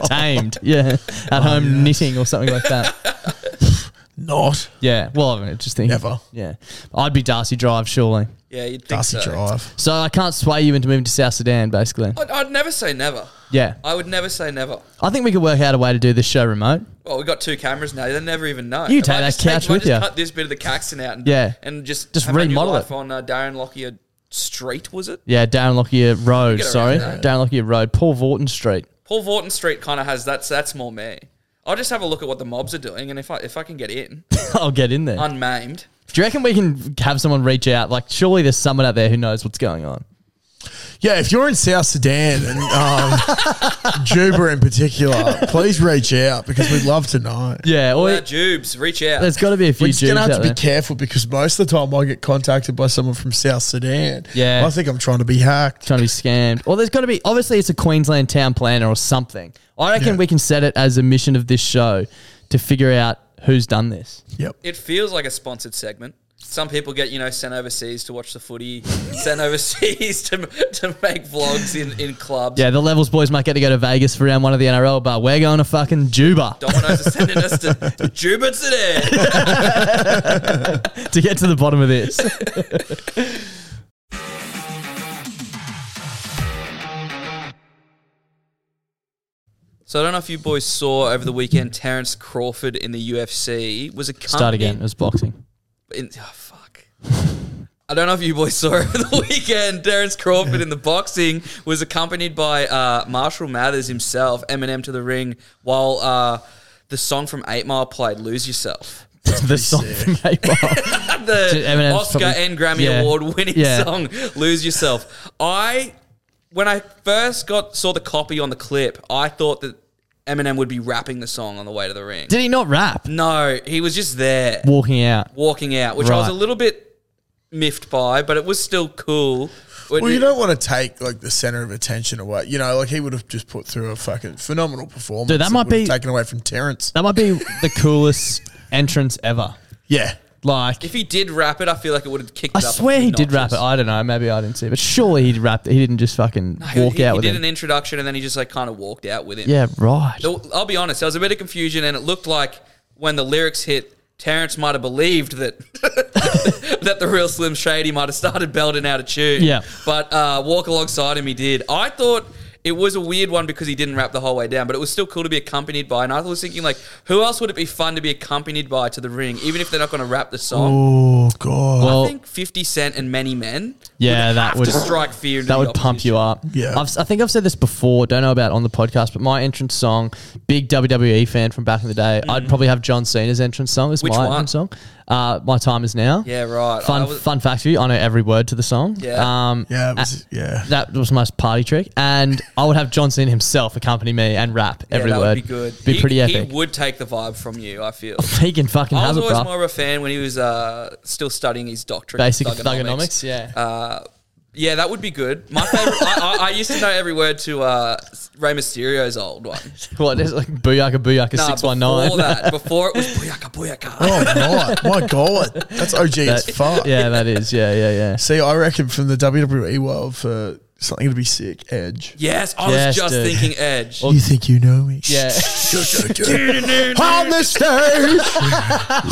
[SPEAKER 1] Tamed. Yeah, at home knitting or something like that.
[SPEAKER 3] Not
[SPEAKER 1] Yeah. Well, I mean, just think.
[SPEAKER 3] Never.
[SPEAKER 1] Yeah, I'd be Darcy Drive surely.
[SPEAKER 4] Yeah, you'd think
[SPEAKER 3] Darcy
[SPEAKER 4] so.
[SPEAKER 3] Drive.
[SPEAKER 1] So I can't sway you into moving to South Sudan, basically.
[SPEAKER 4] I'd, I'd never say never.
[SPEAKER 1] Yeah,
[SPEAKER 4] I would never say never.
[SPEAKER 1] I think we could work out a way to do this show remote.
[SPEAKER 4] Well, we got two cameras now. They never even know.
[SPEAKER 1] You
[SPEAKER 4] If
[SPEAKER 1] take
[SPEAKER 4] I
[SPEAKER 1] that
[SPEAKER 4] just
[SPEAKER 1] couch
[SPEAKER 4] if I
[SPEAKER 1] with
[SPEAKER 4] just
[SPEAKER 1] you.
[SPEAKER 4] Cut this bit of the Caxton out. And,
[SPEAKER 1] Yeah.
[SPEAKER 4] and just
[SPEAKER 1] Just
[SPEAKER 4] have a new
[SPEAKER 1] remodel
[SPEAKER 4] life
[SPEAKER 1] it.
[SPEAKER 4] on uh, Darren Lockyer Street. Was it
[SPEAKER 1] Yeah, Darren Lockyer Road.
[SPEAKER 4] get around
[SPEAKER 1] Sorry,
[SPEAKER 4] that.
[SPEAKER 1] Darren Lockyer Road, Paul Vorton Street.
[SPEAKER 4] Paul Vorton Street? Kind of has that's that's more me. I'll just have a look at what the mobs are doing, and if I if I can get in
[SPEAKER 1] I'll get in there.
[SPEAKER 4] unmaimed,
[SPEAKER 1] Do you reckon we can have someone reach out? Like, surely there's someone out there who knows what's going on.
[SPEAKER 3] Yeah, if you're in South Sudan and um, Juba in particular, please reach out because we'd love to know.
[SPEAKER 1] Yeah, or
[SPEAKER 4] Well, Uh, Jubes, reach out.
[SPEAKER 1] there's got to be a few.
[SPEAKER 3] We're just gonna
[SPEAKER 1] Jews
[SPEAKER 3] have to
[SPEAKER 1] out
[SPEAKER 3] be
[SPEAKER 1] there.
[SPEAKER 3] careful because most of the time I get contacted by someone from South Sudan.
[SPEAKER 1] Yeah.
[SPEAKER 3] I think I'm trying to be hacked.
[SPEAKER 1] trying to be scammed. Or there's got to be obviously it's a Queensland town planner or something. I reckon
[SPEAKER 3] Yeah.
[SPEAKER 1] we can set it as a mission of this show to figure out who's done this.
[SPEAKER 3] Yep.
[SPEAKER 4] it feels like a sponsored segment. Some people get you know sent overseas to watch the footy, sent overseas to to make vlogs in in clubs.
[SPEAKER 1] Yeah, the Levels boys might get to go to Vegas for round one of the NRL, but we're going to fucking Juba
[SPEAKER 4] Domino's are sending us to, to Juba today.
[SPEAKER 1] to get to the bottom of this.
[SPEAKER 4] So I don't know if you boys saw over the weekend Terrence Crawford in the UFC was accompanied.
[SPEAKER 1] Start again. It was boxing.
[SPEAKER 4] In, oh, fuck. I don't know if you boys saw over the weekend. Terrence Crawford in the boxing was accompanied by uh, Marshall Mathers himself, Eminem to the ring, while uh, the song from Eight Mile played "Lose Yourself."
[SPEAKER 1] the song from K-pop.
[SPEAKER 4] the
[SPEAKER 1] Dude, Eminem's
[SPEAKER 4] Oscar
[SPEAKER 1] probably-
[SPEAKER 4] and Grammy
[SPEAKER 1] yeah.
[SPEAKER 4] Award winning
[SPEAKER 1] Yeah.
[SPEAKER 4] song "Lose Yourself." I, when I first got saw the copy on the clip, I thought that Eminem would be rapping the song on the way to the ring.
[SPEAKER 1] Did he not rap?
[SPEAKER 4] no, he was just there
[SPEAKER 1] Walking out.
[SPEAKER 4] walking out, which I was
[SPEAKER 1] Right.
[SPEAKER 4] a little bit miffed by, but it was still cool.
[SPEAKER 3] Well, you don't want to take like the center of attention away. You know, like he would have just put through a fucking phenomenal performance.
[SPEAKER 1] Dude, that might
[SPEAKER 3] would have
[SPEAKER 1] be-
[SPEAKER 3] taken away from Terrence.
[SPEAKER 1] That might be the coolest entrance ever.
[SPEAKER 3] Yeah.
[SPEAKER 1] Like
[SPEAKER 4] if he did rap it, I feel like it would have kicked.
[SPEAKER 1] I
[SPEAKER 4] it up a
[SPEAKER 1] swear
[SPEAKER 4] few
[SPEAKER 1] he did rap it.
[SPEAKER 4] notches.
[SPEAKER 1] I don't know. Maybe I didn't see it, but surely he rapped it. He didn't just fucking
[SPEAKER 4] He-
[SPEAKER 1] walk
[SPEAKER 4] he,
[SPEAKER 1] out
[SPEAKER 4] he
[SPEAKER 1] with
[SPEAKER 4] did
[SPEAKER 1] it.
[SPEAKER 4] an introduction and then he just like kind of walked out with it.
[SPEAKER 1] yeah, right.
[SPEAKER 4] So, I'll be honest, there was a bit of confusion, and it looked like when the lyrics hit, Terrence might have believed that that the real Slim Shady might have started belting out a tune.
[SPEAKER 1] Yeah.
[SPEAKER 4] But uh, walk alongside him, he did. I thought it was a weird one because he didn't rap the whole way down, but it was still cool to be accompanied by. And I was thinking, like, who else would it be fun to be accompanied by to the ring, even if they're not going to rap the song?
[SPEAKER 3] Oh god.
[SPEAKER 1] Well-
[SPEAKER 4] I think Fifty Cent and Many Men.
[SPEAKER 1] Yeah, that
[SPEAKER 4] have
[SPEAKER 1] would-
[SPEAKER 4] to strike fear. Into
[SPEAKER 1] that
[SPEAKER 4] the
[SPEAKER 1] would pump you
[SPEAKER 4] opposition.
[SPEAKER 1] up.
[SPEAKER 3] Yeah.
[SPEAKER 1] I've, I think I've said this before. Don't know about it on the podcast, but my entrance song, big WWE fan from back in the day, I'd probably have John Cena's entrance song. It's
[SPEAKER 4] Mm. Which
[SPEAKER 1] my
[SPEAKER 4] one?
[SPEAKER 1] entrance song. Uh, my time is now.
[SPEAKER 4] Yeah, right. I
[SPEAKER 1] Fun
[SPEAKER 4] was-
[SPEAKER 1] fun fact for you, I know every word to the song.
[SPEAKER 4] Yeah.
[SPEAKER 1] Um,
[SPEAKER 3] yeah, it was, yeah.
[SPEAKER 1] that was my party trick, and I would have John Cena himself accompany me and rap
[SPEAKER 4] Yeah,
[SPEAKER 1] every
[SPEAKER 4] that
[SPEAKER 1] word.
[SPEAKER 4] would be good.
[SPEAKER 1] Be
[SPEAKER 4] He-
[SPEAKER 1] pretty
[SPEAKER 4] He
[SPEAKER 1] epic.
[SPEAKER 4] would take the vibe from you. I feel.
[SPEAKER 1] He, can fucking
[SPEAKER 4] I
[SPEAKER 1] have
[SPEAKER 4] was
[SPEAKER 1] it,
[SPEAKER 4] always
[SPEAKER 1] bro.
[SPEAKER 4] more of a fan when he was uh, still studying his doctorate.
[SPEAKER 1] Basic
[SPEAKER 4] in
[SPEAKER 1] thugonomics. Yeah.
[SPEAKER 4] Uh, Yeah, that would be good. My favorite. I, I, I used to know every word to uh, Rey Mysterio's old one.
[SPEAKER 1] What is it like booyaka booyaka
[SPEAKER 4] Nah,
[SPEAKER 1] six one nine?
[SPEAKER 4] Before that, before it was booyaka booyaka.
[SPEAKER 3] Oh my, my god, that's OG as fuck.
[SPEAKER 1] Yeah, that is. Yeah, yeah, yeah.
[SPEAKER 3] See, I reckon from the WWE world for something to be sick, Edge.
[SPEAKER 4] Yes, I
[SPEAKER 1] Yes,
[SPEAKER 4] was just
[SPEAKER 1] dude.
[SPEAKER 4] thinking Edge.
[SPEAKER 3] You think you know me?
[SPEAKER 1] Yeah.
[SPEAKER 3] On the stage,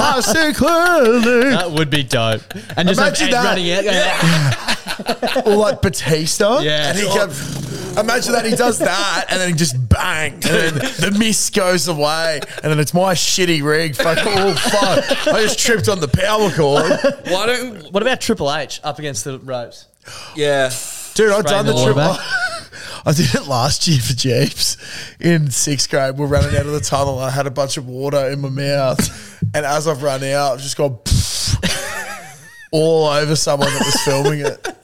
[SPEAKER 3] I see clearly.
[SPEAKER 1] That would be dope. And just have
[SPEAKER 3] Imagine
[SPEAKER 1] Ed
[SPEAKER 3] that.
[SPEAKER 1] running out. going, "Ah."
[SPEAKER 3] Or like Batista.
[SPEAKER 1] Yeah.
[SPEAKER 3] And he kept, imagine that he does that and then he just bang. And then the mist goes away. And then it's my shitty rig. Fuck, oh fuck. I just tripped on the power cord.
[SPEAKER 4] Why don't?
[SPEAKER 1] What about Triple H up against the ropes?
[SPEAKER 4] Yeah,
[SPEAKER 3] Dude, I've done the
[SPEAKER 1] the
[SPEAKER 3] triple.
[SPEAKER 1] quarterback.
[SPEAKER 3] I did it last year for Jeeps in sixth grade. We're running out of the tunnel. I had a bunch of water in my mouth. And as I've run out, I've just gone all over someone that was filming it.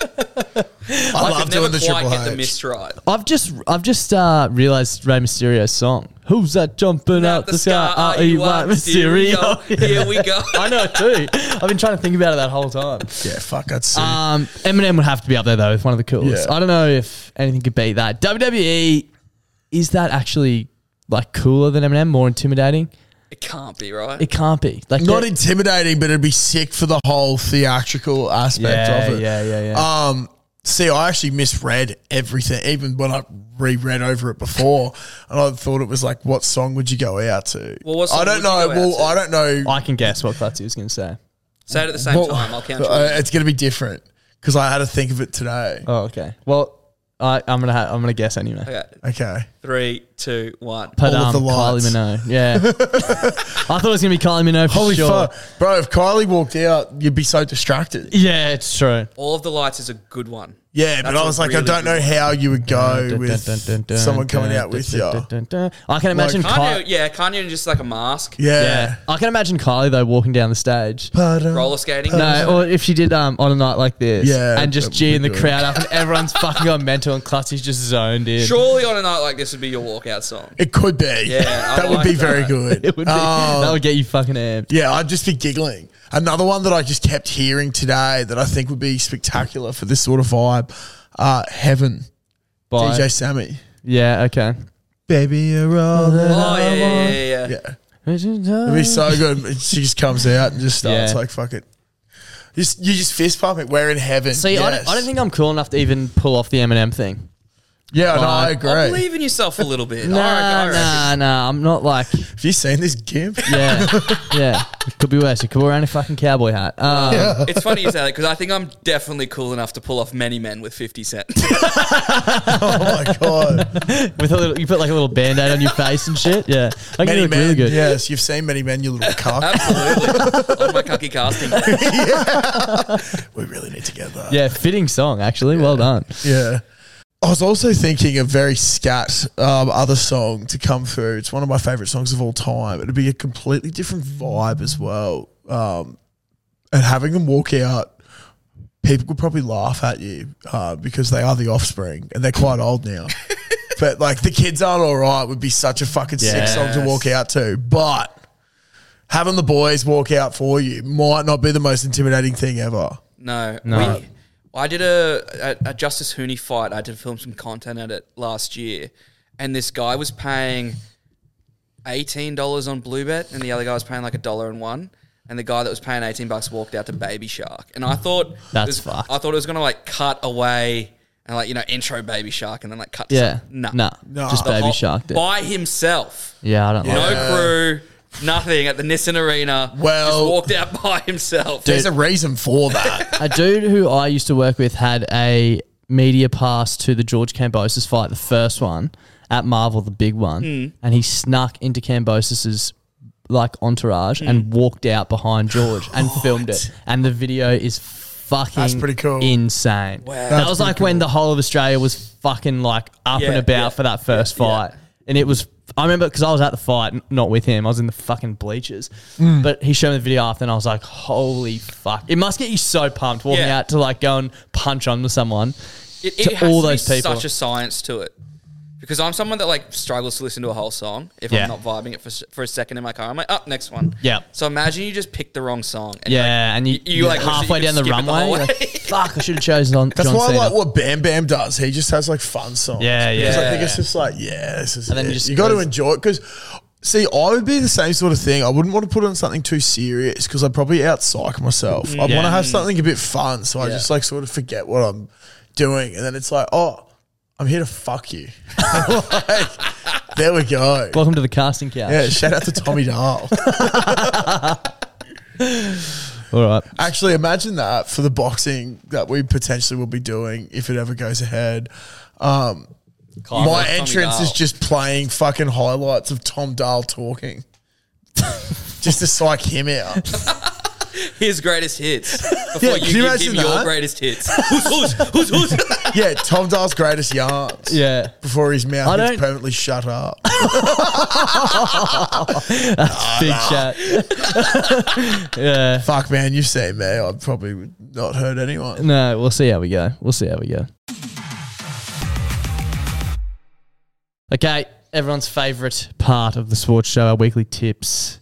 [SPEAKER 3] I,
[SPEAKER 4] I
[SPEAKER 3] love
[SPEAKER 4] could never
[SPEAKER 3] doing the
[SPEAKER 4] quite
[SPEAKER 3] triple
[SPEAKER 4] get
[SPEAKER 3] H.
[SPEAKER 4] the mist right.
[SPEAKER 1] I've just I've just uh, realized Rey Mysterio's song. Who's that jumping out the, sky? Are you white Mysterio?
[SPEAKER 4] Here we go.
[SPEAKER 1] I know it too. I've been trying to think about it that whole time.
[SPEAKER 3] yeah, fuck, that's sick.
[SPEAKER 1] Um, Eminem would have to be up there though, with one of the coolest.
[SPEAKER 3] Yeah.
[SPEAKER 1] I don't know if anything could beat that. WWE is that actually like cooler than Eminem, more intimidating?
[SPEAKER 4] It can't be right.
[SPEAKER 1] It can't be. Like
[SPEAKER 3] Not
[SPEAKER 1] they're-
[SPEAKER 3] intimidating, but it'd be sick for the whole theatrical aspect
[SPEAKER 1] yeah,
[SPEAKER 3] of it.
[SPEAKER 1] yeah, yeah, yeah.
[SPEAKER 3] Um, see, I actually misread everything, even when I reread over it before, and I thought it was like, "What song would you go out to?"
[SPEAKER 4] Well, what
[SPEAKER 3] I
[SPEAKER 4] song
[SPEAKER 3] don't
[SPEAKER 4] would you
[SPEAKER 3] know.
[SPEAKER 4] go
[SPEAKER 3] Well,
[SPEAKER 4] out
[SPEAKER 3] I don't know.
[SPEAKER 1] I can guess what Clutzy was going to say.
[SPEAKER 4] Say it at the same
[SPEAKER 3] Well,
[SPEAKER 4] time. I'll count.
[SPEAKER 3] uh,
[SPEAKER 4] you.
[SPEAKER 3] it's gonna be different because I had to think of it today.
[SPEAKER 1] Oh, okay. Well, I, I'm gonna ha- I'm gonna guess anyway.
[SPEAKER 4] Okay,
[SPEAKER 3] Okay,
[SPEAKER 4] three, two, one.
[SPEAKER 1] But
[SPEAKER 3] All of
[SPEAKER 1] um,
[SPEAKER 3] the
[SPEAKER 1] Kylie
[SPEAKER 3] lights.
[SPEAKER 1] Minogue. Yeah, I thought it was gonna be Kylie Minogue. For
[SPEAKER 3] holy
[SPEAKER 1] sure.
[SPEAKER 3] fuck, bro! If Kylie walked out, you'd be so distracted.
[SPEAKER 1] Yeah, it's true.
[SPEAKER 4] All of the lights is a good one.
[SPEAKER 3] Yeah, but
[SPEAKER 4] That's
[SPEAKER 3] I
[SPEAKER 4] a
[SPEAKER 3] was like, I
[SPEAKER 4] really
[SPEAKER 3] don't
[SPEAKER 4] good
[SPEAKER 3] know how you would go with someone coming out with you.
[SPEAKER 1] you. I can imagine Kylie.
[SPEAKER 4] Kanye, yeah, Kanye in just like a mask,
[SPEAKER 1] Yeah,
[SPEAKER 3] Yeah. um,
[SPEAKER 1] I can imagine Kylie though walking down the stage.
[SPEAKER 3] Ba-dum.
[SPEAKER 4] roller skating.
[SPEAKER 1] No, or if she did um, on a night like this,
[SPEAKER 3] Yeah,
[SPEAKER 1] and just
[SPEAKER 3] that would
[SPEAKER 1] geeing
[SPEAKER 3] be
[SPEAKER 1] the
[SPEAKER 3] good.
[SPEAKER 1] crowd up, and everyone's fucking going mental, and Clutzy's just zoned in.
[SPEAKER 4] surely on a night like this would be your walkout song.
[SPEAKER 3] It could be.
[SPEAKER 4] Yeah, I
[SPEAKER 3] that would
[SPEAKER 4] like
[SPEAKER 3] be
[SPEAKER 4] that.
[SPEAKER 3] very good.
[SPEAKER 1] It would be,
[SPEAKER 3] Um,
[SPEAKER 1] that would get you fucking amped.
[SPEAKER 3] Yeah, I'd just be giggling. Another one that I just kept hearing today that I think would be spectacular for this sort of vibe. Uh, Heaven,
[SPEAKER 1] Bye.
[SPEAKER 3] DJ Sammy.
[SPEAKER 1] Yeah, okay.
[SPEAKER 3] Baby, you're all that
[SPEAKER 4] Oh yeah,
[SPEAKER 3] I
[SPEAKER 4] yeah,
[SPEAKER 3] want.
[SPEAKER 4] yeah, yeah.
[SPEAKER 3] Yeah. It'd be
[SPEAKER 1] It'd
[SPEAKER 3] so good. She just comes out and just starts
[SPEAKER 1] Yeah.
[SPEAKER 3] like, fuck it. Just, you just fist pump it. We're in heaven.
[SPEAKER 1] See, I, don't, I don't
[SPEAKER 3] Yes.
[SPEAKER 1] think I'm cool enough to even pull off the Eminem thing.
[SPEAKER 3] Yeah, no, I
[SPEAKER 1] I
[SPEAKER 3] agree.
[SPEAKER 4] I believe in yourself a little bit. I reckon- I
[SPEAKER 1] Nah,
[SPEAKER 4] reckon.
[SPEAKER 1] nah, nah. I'm not like,
[SPEAKER 3] Have you seen this gimp?
[SPEAKER 1] yeah, yeah. It could be worse. It could be wearing a fucking cowboy hat. Um,
[SPEAKER 4] It's funny you say that because I think I'm definitely cool enough to pull off many men with 50 Cent.
[SPEAKER 3] oh my god.
[SPEAKER 1] With a little, you put like a little band aid on your face and shit. Yeah, I can
[SPEAKER 3] Many
[SPEAKER 1] look
[SPEAKER 3] men.
[SPEAKER 1] really good.
[SPEAKER 3] Yes, you've seen many men, you little cock.
[SPEAKER 4] Absolutely. On my cucky casting.
[SPEAKER 3] we really need to get that.
[SPEAKER 1] Yeah, fitting song actually. Well done.
[SPEAKER 3] Yeah. I was also thinking a very scat um, other song to come through. It's one of my favorite songs of all time. It'd be a completely different vibe as well. Um, and having them walk out, people would probably laugh at you uh, because they are the offspring and they're quite old now. but like the kids aren't all right would be such a fucking sick song to walk out to. But having the boys walk out for you might not be the most intimidating thing ever.
[SPEAKER 4] No. We, I did a, a, a Justice Hooney fight. I did film some content at it last year. And this guy was paying $18 on Bluebet, and the other guy was paying like a dollar and one. And the guy that was paying 18 bucks walked out to Baby Shark. And I thought
[SPEAKER 1] That's
[SPEAKER 4] this-
[SPEAKER 1] fucked.
[SPEAKER 4] I thought it was going to like cut away and like, you know, intro Baby Shark and then like cut to
[SPEAKER 1] Yeah,
[SPEAKER 4] some-
[SPEAKER 1] no,
[SPEAKER 4] Nah.
[SPEAKER 1] nah, just
[SPEAKER 4] The
[SPEAKER 1] baby
[SPEAKER 4] whole-
[SPEAKER 1] shark. Dude.
[SPEAKER 4] By himself.
[SPEAKER 1] Yeah, I don't like.
[SPEAKER 4] No crew, nothing at the Nissan Arena.
[SPEAKER 3] Well-
[SPEAKER 4] just walked out by himself.
[SPEAKER 3] There's a reason for that.
[SPEAKER 1] a dude who I used to work with had a media pass to the George Cambosis fight, the first one at Marvel, the big one,
[SPEAKER 4] Hmm.
[SPEAKER 1] and he snuck into Cambosis's like entourage
[SPEAKER 4] Hmm.
[SPEAKER 1] and walked out behind George and filmed it, and the video is fucking
[SPEAKER 3] That's pretty cool.
[SPEAKER 1] insane. That was like when the whole of Australia was fucking like up
[SPEAKER 4] Yeah,
[SPEAKER 1] and about
[SPEAKER 4] yeah,
[SPEAKER 1] for that first fight, and it was. I remember because I was at the fight, n- not with him. I was in the fucking bleachers.
[SPEAKER 4] Mm.
[SPEAKER 1] But he showed me the video after, and I was like, "Holy fuck!" It must get you so pumped walking
[SPEAKER 4] Yeah.
[SPEAKER 1] out to like go and punch onto someone.
[SPEAKER 4] It,
[SPEAKER 1] to
[SPEAKER 4] it has
[SPEAKER 1] all
[SPEAKER 4] to
[SPEAKER 1] those
[SPEAKER 4] be
[SPEAKER 1] people.
[SPEAKER 4] such a science to it. because I'm someone that like struggles to listen to a whole song if
[SPEAKER 1] Yeah.
[SPEAKER 4] I'm not vibing it for, s- for a second in my car. I'm like, up next one.
[SPEAKER 1] Yeah.
[SPEAKER 4] So imagine you just pick the wrong song. And you're
[SPEAKER 1] yeah, and you,
[SPEAKER 4] you,
[SPEAKER 1] you're
[SPEAKER 4] like wish that you
[SPEAKER 1] halfway
[SPEAKER 4] could
[SPEAKER 1] down the
[SPEAKER 4] skip it
[SPEAKER 1] runway.
[SPEAKER 4] whole
[SPEAKER 1] you're like,
[SPEAKER 4] way.
[SPEAKER 1] Fuck, I should have chosen on.
[SPEAKER 3] That's
[SPEAKER 1] John
[SPEAKER 3] why I
[SPEAKER 1] Cena.
[SPEAKER 3] like what Bam Bam does. He just has like fun songs.
[SPEAKER 1] Yeah,
[SPEAKER 3] Because I
[SPEAKER 4] yeah.
[SPEAKER 3] think it's just like, yeah, this is
[SPEAKER 1] And then
[SPEAKER 3] it.
[SPEAKER 1] you just
[SPEAKER 3] you got to
[SPEAKER 1] goes-
[SPEAKER 3] enjoy it because. See, I would be the same sort of thing. I wouldn't want to put on something too serious because I'd probably outpsych myself.
[SPEAKER 1] Mm.
[SPEAKER 3] I'd want to have something a bit fun, so I just like sort of forget what I'm doing, and then it's like, oh, I'm here to fuck you. like, there we go.
[SPEAKER 1] Welcome to the casting couch.
[SPEAKER 3] Yeah, shout out to Tommy Dahl.
[SPEAKER 1] All right.
[SPEAKER 3] Actually, imagine that for the boxing that we potentially will be doing if it ever goes ahead. Um, my
[SPEAKER 4] Tommy
[SPEAKER 3] entrance is
[SPEAKER 4] Dahl.
[SPEAKER 3] just playing fucking highlights of Tom Dahl talking, just to psych him out.
[SPEAKER 4] His greatest hits.
[SPEAKER 3] Yeah,
[SPEAKER 4] Before
[SPEAKER 3] can
[SPEAKER 4] you,
[SPEAKER 3] you
[SPEAKER 4] give
[SPEAKER 3] imagine
[SPEAKER 4] him
[SPEAKER 3] that?
[SPEAKER 4] your greatest hits. Who's who's who's who's
[SPEAKER 3] yeah, Tom Dahl's greatest yarns.
[SPEAKER 1] Yeah.
[SPEAKER 3] Before his mouth
[SPEAKER 1] I
[SPEAKER 3] gets
[SPEAKER 1] don't-
[SPEAKER 3] permanently shut up.
[SPEAKER 1] Big chat. yeah.
[SPEAKER 3] Fuck, man, you say me. I probably would not hurt anyone.
[SPEAKER 1] No, we'll see how we go. We'll see how we go. Okay, everyone's favourite part of the sports show, our weekly tips.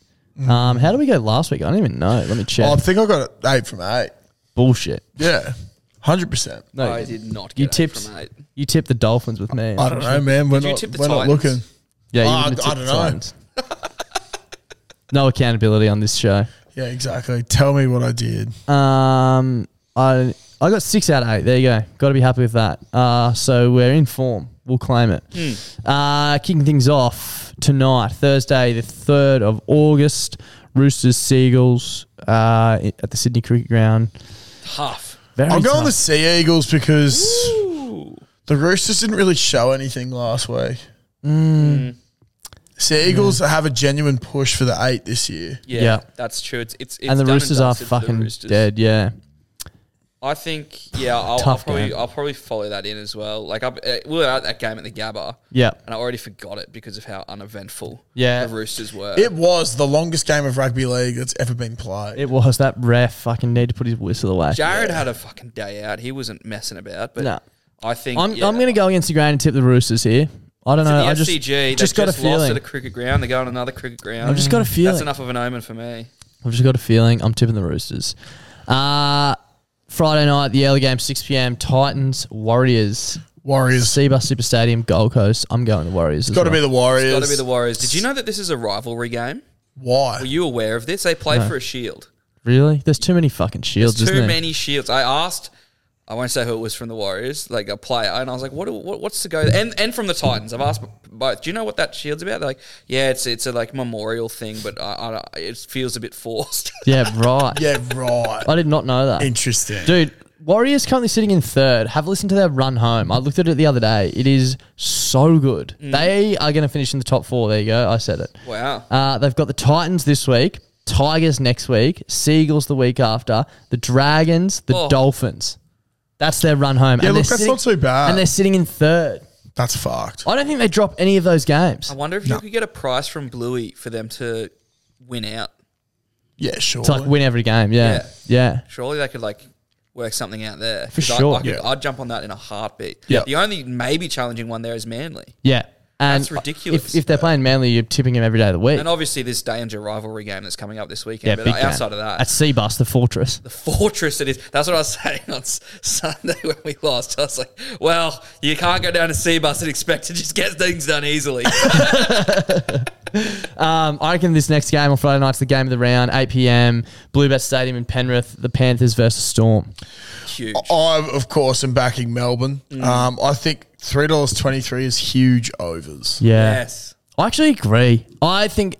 [SPEAKER 1] Um, how did we go last week? I don't even know. Let me check.
[SPEAKER 3] Mm. Oh, I think I got an eight from eight.
[SPEAKER 1] Bullshit.
[SPEAKER 3] Yeah, hundred percent.
[SPEAKER 1] No,
[SPEAKER 4] I did not get
[SPEAKER 1] You
[SPEAKER 4] eight
[SPEAKER 1] tipped.
[SPEAKER 4] from eight.
[SPEAKER 1] You tipped the Dolphins with me.
[SPEAKER 3] I don't know, man. We're
[SPEAKER 4] you
[SPEAKER 3] not.
[SPEAKER 4] tip the
[SPEAKER 3] We're not
[SPEAKER 4] Titans?
[SPEAKER 3] looking.
[SPEAKER 1] Yeah, you
[SPEAKER 3] Oh,
[SPEAKER 1] wouldn't have
[SPEAKER 3] I- I
[SPEAKER 1] tipped
[SPEAKER 3] don't know.
[SPEAKER 1] the Titans. no accountability on this show.
[SPEAKER 3] Yeah, exactly. Tell me what I did.
[SPEAKER 1] Um, I I got six out of eight. There you go. Got to be happy with that. Uh, so we're in form. We'll claim it.
[SPEAKER 4] Hmm.
[SPEAKER 1] Uh, kicking things off tonight, Thursday, the third of August. Roosters Seagulls uh, i- at the Sydney Cricket Ground.
[SPEAKER 4] Tough.
[SPEAKER 1] Very
[SPEAKER 3] I'll go on
[SPEAKER 1] tough.
[SPEAKER 3] the Sea Eagles because the Roosters didn't really show anything last week.
[SPEAKER 4] Mm.
[SPEAKER 3] Sea Eagles have a genuine push for the eight this year.
[SPEAKER 4] Yeah,
[SPEAKER 1] Yeah.
[SPEAKER 4] that's true. It's it's, it's
[SPEAKER 1] and the
[SPEAKER 4] done
[SPEAKER 1] Roosters are
[SPEAKER 4] dusted for the
[SPEAKER 1] fucking
[SPEAKER 4] Roosters.
[SPEAKER 1] dead. Yeah,
[SPEAKER 4] I think yeah, I'll, I'll
[SPEAKER 1] Tough
[SPEAKER 4] probably
[SPEAKER 1] game.
[SPEAKER 4] I'll probably follow that in as well. Like I, uh, we were at that game at the Gabba,
[SPEAKER 1] yeah.
[SPEAKER 4] and I already forgot it because of how uneventful
[SPEAKER 1] Yeah.
[SPEAKER 4] the Roosters were.
[SPEAKER 3] It was the longest game of rugby league that's ever been played.
[SPEAKER 1] It was that ref. Fucking need to put his whistle away.
[SPEAKER 4] Jared had a fucking day out. He wasn't messing about. But
[SPEAKER 1] No.
[SPEAKER 4] I think
[SPEAKER 1] I'm,
[SPEAKER 4] yeah,
[SPEAKER 1] I'm going to go against the grain and tip the Roosters here. I don't
[SPEAKER 4] to
[SPEAKER 1] know.
[SPEAKER 4] the
[SPEAKER 1] I just
[SPEAKER 4] FCG. They
[SPEAKER 1] just got a
[SPEAKER 4] lost
[SPEAKER 1] feeling.
[SPEAKER 4] at a cricket ground. They go on another cricket ground.
[SPEAKER 1] I've just got a feeling.
[SPEAKER 4] That's enough of an omen for me.
[SPEAKER 1] I've just got a feeling I'm tipping the Roosters. Uh, Friday night, the early game, 6 p.m. Titans, Warriors,
[SPEAKER 3] Warriors.
[SPEAKER 1] Seabus Super Stadium, Gold Coast. I'm going the Warriors. as
[SPEAKER 3] Got to be
[SPEAKER 1] well.
[SPEAKER 3] the Warriors.
[SPEAKER 4] Got to be the Warriors. Did you know that this is a rivalry game?
[SPEAKER 3] Why?
[SPEAKER 4] Were you aware of this? They play for a shield.
[SPEAKER 1] really. There's too many fucking shields.
[SPEAKER 4] There's
[SPEAKER 1] isn't
[SPEAKER 4] too
[SPEAKER 1] there?
[SPEAKER 4] many shields. I asked. I won't say who it was from the Warriors, like a player, and I was like, "What? do- what what's the go?" And and from the Titans, I've asked both. Do you know what that shield's about? They're like, "Yeah, it's it's a like memorial thing, but I, I, don't- it feels a bit forced."
[SPEAKER 1] Yeah, right.
[SPEAKER 3] yeah, right.
[SPEAKER 1] I did not know that,
[SPEAKER 3] Interesting.
[SPEAKER 1] dude. Warriors currently sitting in third. Have a listen to their run home. I looked at it the other day. It is so good.
[SPEAKER 4] Mm.
[SPEAKER 1] They are going to finish in the top four. There you go. I said it.
[SPEAKER 4] wow.
[SPEAKER 1] Uh, they've got the Titans this week, Tigers next week, Seagulls the week after, the Dragons, the
[SPEAKER 4] Oh.
[SPEAKER 1] Dolphins. That's their run home.
[SPEAKER 3] yeah,
[SPEAKER 1] And
[SPEAKER 3] look,
[SPEAKER 1] they're
[SPEAKER 3] that's not too bad.
[SPEAKER 1] And they're sitting in third.
[SPEAKER 3] that's fucked.
[SPEAKER 1] I don't think they drop any of those games.
[SPEAKER 4] I wonder if you could get a price from Bluey for them to win out.
[SPEAKER 3] yeah, sure.
[SPEAKER 1] To like win every game. Yeah. Yeah.
[SPEAKER 4] Surely they could like work something out there. For
[SPEAKER 1] sure.
[SPEAKER 4] I, I could,
[SPEAKER 3] Yeah.
[SPEAKER 4] I'd jump on that in a heartbeat.
[SPEAKER 3] Yeah.
[SPEAKER 4] The only maybe challenging one there is Manly,
[SPEAKER 1] Yeah. And
[SPEAKER 4] That's
[SPEAKER 1] If,
[SPEAKER 4] ridiculous.
[SPEAKER 1] if they're playing Manly, you're tipping them every day of the week.
[SPEAKER 4] and obviously this danger rivalry game that's coming up this
[SPEAKER 1] yeah,
[SPEAKER 4] weekend.
[SPEAKER 1] big
[SPEAKER 4] but
[SPEAKER 1] game.
[SPEAKER 4] outside of that,
[SPEAKER 1] At Seabus, the fortress.
[SPEAKER 4] the fortress it is. That's what I was saying on S- Sunday when we lost. I was like, well, you can't go down to Seabus and expect to just get things done easily.
[SPEAKER 1] Um, I reckon this next game on Friday night's the game of the round, 8 p.m. Bluebet Stadium in Penrith, the Panthers versus Storm.
[SPEAKER 4] Huge.
[SPEAKER 3] I, of course, am backing Melbourne.
[SPEAKER 4] Mm.
[SPEAKER 3] Um, I think $3.23 is huge overs.
[SPEAKER 1] Yeah.
[SPEAKER 4] Yes.
[SPEAKER 1] I actually agree. I think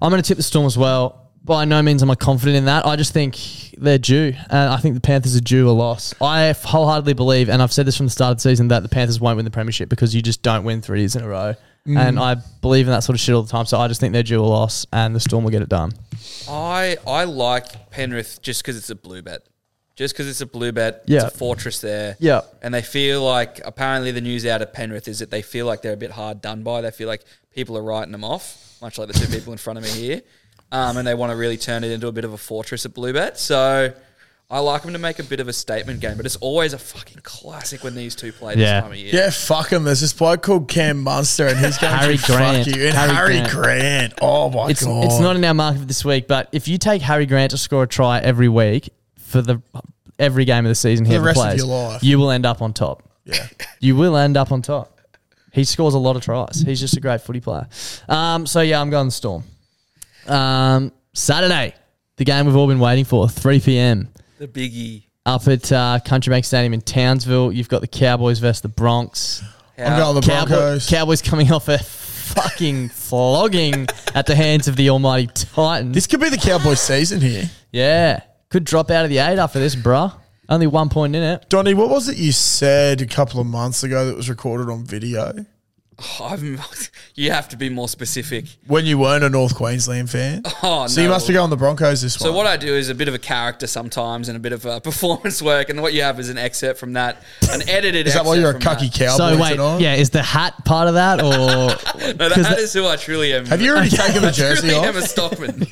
[SPEAKER 1] I'm going to tip the Storm as well. By no means am I confident in that. I just think they're due, and I think the Panthers are due a loss. I wholeheartedly believe, and I've said this from the start of the season, that the Panthers won't win the premiership because you just don't win three years in a row. And I believe in that sort of shit all the time. So I just think they're due a loss, and the Storm will get it done.
[SPEAKER 4] I I like Penrith just because it's a blue bet. Just because it's a blue bet,
[SPEAKER 1] Yeah.
[SPEAKER 4] it's a fortress there.
[SPEAKER 1] Yeah.
[SPEAKER 4] And they feel like, apparently, the news out of Penrith is that they feel like they're a bit hard done by. They feel like people are writing them off, much like the two people in front of me here. Um, and they want to really turn it into a bit of a fortress at Bluebet. So I like them to make a bit of a statement game, but it's always a fucking classic when these two play
[SPEAKER 1] Yeah.
[SPEAKER 4] this time of year.
[SPEAKER 3] Yeah, fuck him. There's this bloke called Cam Munster, and he's going
[SPEAKER 1] Harry
[SPEAKER 3] to fuck
[SPEAKER 1] Grant.
[SPEAKER 3] you. And
[SPEAKER 1] Harry
[SPEAKER 3] Harry,
[SPEAKER 1] Grant.
[SPEAKER 3] Grant. Oh my
[SPEAKER 1] It's,
[SPEAKER 3] god.
[SPEAKER 1] it's not in our market this week, but if you take Harry Grant to score a try every week for the every game of the season he
[SPEAKER 3] The
[SPEAKER 1] ever
[SPEAKER 3] rest of
[SPEAKER 1] plays,
[SPEAKER 3] your life.
[SPEAKER 1] you will end up on top. Yeah, you will end up on top. He scores a lot of tries. He's just a great footy player. Um, so yeah, I'm going Storm. Um, Saturday, the game we've all been waiting for, 3 p.m.
[SPEAKER 4] The biggie.
[SPEAKER 1] up at uh, Countrybank Stadium in Townsville. You've got the Cowboys versus the Bronx.
[SPEAKER 3] I'm going the
[SPEAKER 1] Cowboy-
[SPEAKER 3] Broncos.
[SPEAKER 1] Cowboys coming off a fucking flogging at the hands of the almighty Titans.
[SPEAKER 3] this could be the Cowboys season here.
[SPEAKER 1] yeah, could drop out of the eight after this, bruh. Only one point in it.
[SPEAKER 3] Donny, what was it you said a couple of months ago that was recorded on video
[SPEAKER 4] I'm, you have to be more specific.
[SPEAKER 3] when you weren't a North Queensland fan?
[SPEAKER 4] Oh,
[SPEAKER 3] so you
[SPEAKER 4] no.
[SPEAKER 3] must be going the Broncos this
[SPEAKER 4] So
[SPEAKER 3] one.
[SPEAKER 4] what I do is a bit of a character sometimes and a bit of uh, performance work, and what you have is an excerpt from that, an edited.
[SPEAKER 3] is that why
[SPEAKER 4] excerpt
[SPEAKER 3] you're a
[SPEAKER 4] from
[SPEAKER 3] cucky
[SPEAKER 4] that.
[SPEAKER 3] Cowboy
[SPEAKER 1] so wait,
[SPEAKER 3] tonight?
[SPEAKER 1] yeah, is the hat part of that or?
[SPEAKER 4] No, that,
[SPEAKER 1] 'Cause
[SPEAKER 4] that
[SPEAKER 1] that-
[SPEAKER 4] is who I truly am.
[SPEAKER 3] Have you already taken the
[SPEAKER 4] I
[SPEAKER 3] jersey
[SPEAKER 4] truly
[SPEAKER 3] off?
[SPEAKER 4] am a Stockman.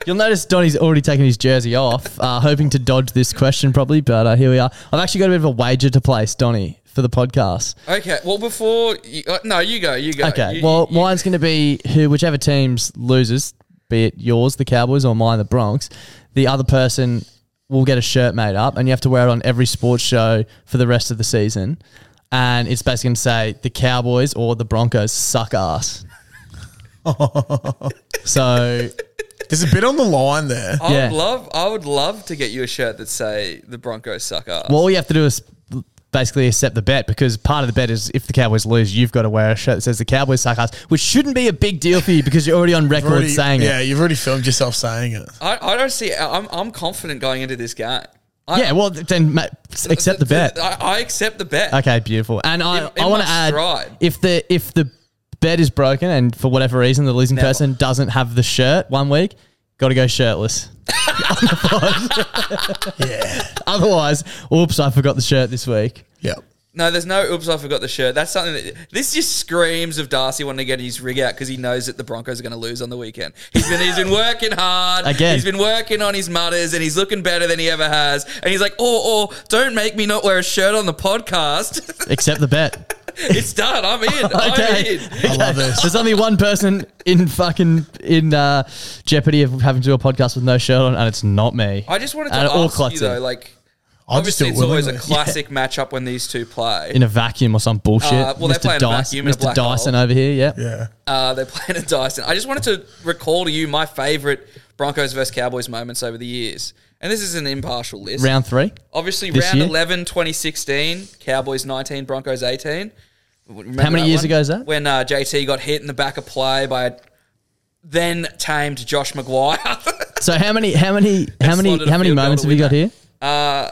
[SPEAKER 1] You'll notice Donny's already taken his jersey off, uh, hoping to dodge this question probably, but uh, here we are. I've actually got a bit of a wager to place, Donny, for the podcast.
[SPEAKER 4] Okay. Well, before you, uh, no, you go. You go.
[SPEAKER 1] Okay.
[SPEAKER 4] You-
[SPEAKER 1] well,
[SPEAKER 4] you-
[SPEAKER 1] mine's going to be who, whichever teams loses, be it yours, the Cowboys, or mine, the Bronx. The other person will get a shirt made up, and you have to wear it on every sports show for the rest of the season. And it's basically going to say the Cowboys or the Broncos suck ass. so
[SPEAKER 3] There's a bit on the line there.
[SPEAKER 4] I
[SPEAKER 1] yeah.
[SPEAKER 4] would love. I would love to get you a shirt that say the Broncos suck ass.
[SPEAKER 1] Well, all you have to do is basically accept the bet because part of the bet is if the Cowboys lose, you've got to wear a shirt that says the Cowboys suck ass, which shouldn't be a big deal for you because you're already on record
[SPEAKER 3] You've already-
[SPEAKER 1] saying
[SPEAKER 3] yeah,
[SPEAKER 1] it.
[SPEAKER 3] you've already filmed yourself saying it.
[SPEAKER 4] I, I don't see. I'm, I'm confident going into this game. I,
[SPEAKER 1] yeah, well, then ma- accept the bet.
[SPEAKER 4] I, I accept the bet.
[SPEAKER 1] Okay, beautiful. And I,
[SPEAKER 4] In- in
[SPEAKER 1] I want
[SPEAKER 4] my
[SPEAKER 1] to add
[SPEAKER 4] stride.
[SPEAKER 1] if the if the bet is broken and for whatever reason the losing
[SPEAKER 4] Never.
[SPEAKER 1] person doesn't have the shirt one week, got to go shirtless.
[SPEAKER 3] Yeah.
[SPEAKER 1] Otherwise, oops, I forgot the shirt this week.
[SPEAKER 3] yep.
[SPEAKER 4] No, there's no. Oops, I forgot the shirt. That's something that this just screams of Darcy wanting to get his rig out because he knows that the Broncos are going to lose on the weekend. He's been he's been working hard
[SPEAKER 1] Again.
[SPEAKER 4] He's been working on his mutters and he's looking better than he ever has. And he's like, oh, oh, don't make me not wear a shirt on the podcast.
[SPEAKER 1] Accept the bet.
[SPEAKER 4] it's done. I'm in. I'm
[SPEAKER 1] Okay.
[SPEAKER 4] in.
[SPEAKER 3] I love this.
[SPEAKER 1] There's only one person in fucking in uh, jeopardy of having to do a podcast with no shirt on, and it's not me.
[SPEAKER 4] I just wanted to
[SPEAKER 1] And all
[SPEAKER 4] ask you
[SPEAKER 1] Clutton.
[SPEAKER 4] though, like.
[SPEAKER 3] I'll just do
[SPEAKER 4] Obviously,
[SPEAKER 3] it
[SPEAKER 4] it's always a
[SPEAKER 3] willingly.
[SPEAKER 4] classic matchup when these two play.
[SPEAKER 1] in a vacuum or some bullshit.
[SPEAKER 4] Uh, well, they
[SPEAKER 1] Mr.
[SPEAKER 4] play in a
[SPEAKER 1] Dyson,
[SPEAKER 4] vacuum in a
[SPEAKER 1] Mr.
[SPEAKER 4] black hole.
[SPEAKER 1] Dyson over here. Yeah.
[SPEAKER 3] Yeah.
[SPEAKER 4] Uh, they're playing at Dyson. I just wanted to recall to you my favorite Broncos versus Cowboys moments over the years. And this is an impartial list.
[SPEAKER 1] Round three.
[SPEAKER 4] Obviously,
[SPEAKER 1] This
[SPEAKER 4] round
[SPEAKER 1] year?
[SPEAKER 4] 11, 2016, Cowboys 19, Broncos 18. Remember
[SPEAKER 1] How many years
[SPEAKER 4] one?
[SPEAKER 1] ago is that?
[SPEAKER 4] When uh, JT got hit in the back of play by a then tamed Josh Uh, McGuire.
[SPEAKER 1] So how many? How many? How many?
[SPEAKER 4] slotted a
[SPEAKER 1] How many
[SPEAKER 4] field goal
[SPEAKER 1] moments
[SPEAKER 4] to
[SPEAKER 1] have you
[SPEAKER 4] win
[SPEAKER 1] got
[SPEAKER 4] that.
[SPEAKER 1] here?
[SPEAKER 4] Uh,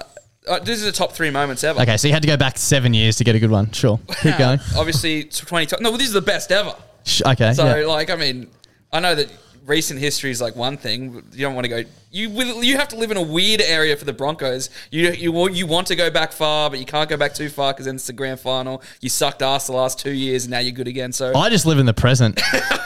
[SPEAKER 4] These are the top three moments ever.
[SPEAKER 1] Okay, so you had to go back seven years to get a good one. Sure, keep going.
[SPEAKER 4] Obviously, 20. No, well, this is the best ever.
[SPEAKER 1] Sh- Okay,
[SPEAKER 4] So,
[SPEAKER 1] yeah.
[SPEAKER 4] like, I mean, I know that recent history is like one thing. but You don't want to go. You will- you have to live in a weird area for the Broncos. You you wa- you want to go back far, but you can't go back too far because then it's the grand final. You sucked ass the last two years, and now you're good again. So
[SPEAKER 1] I just live in the present,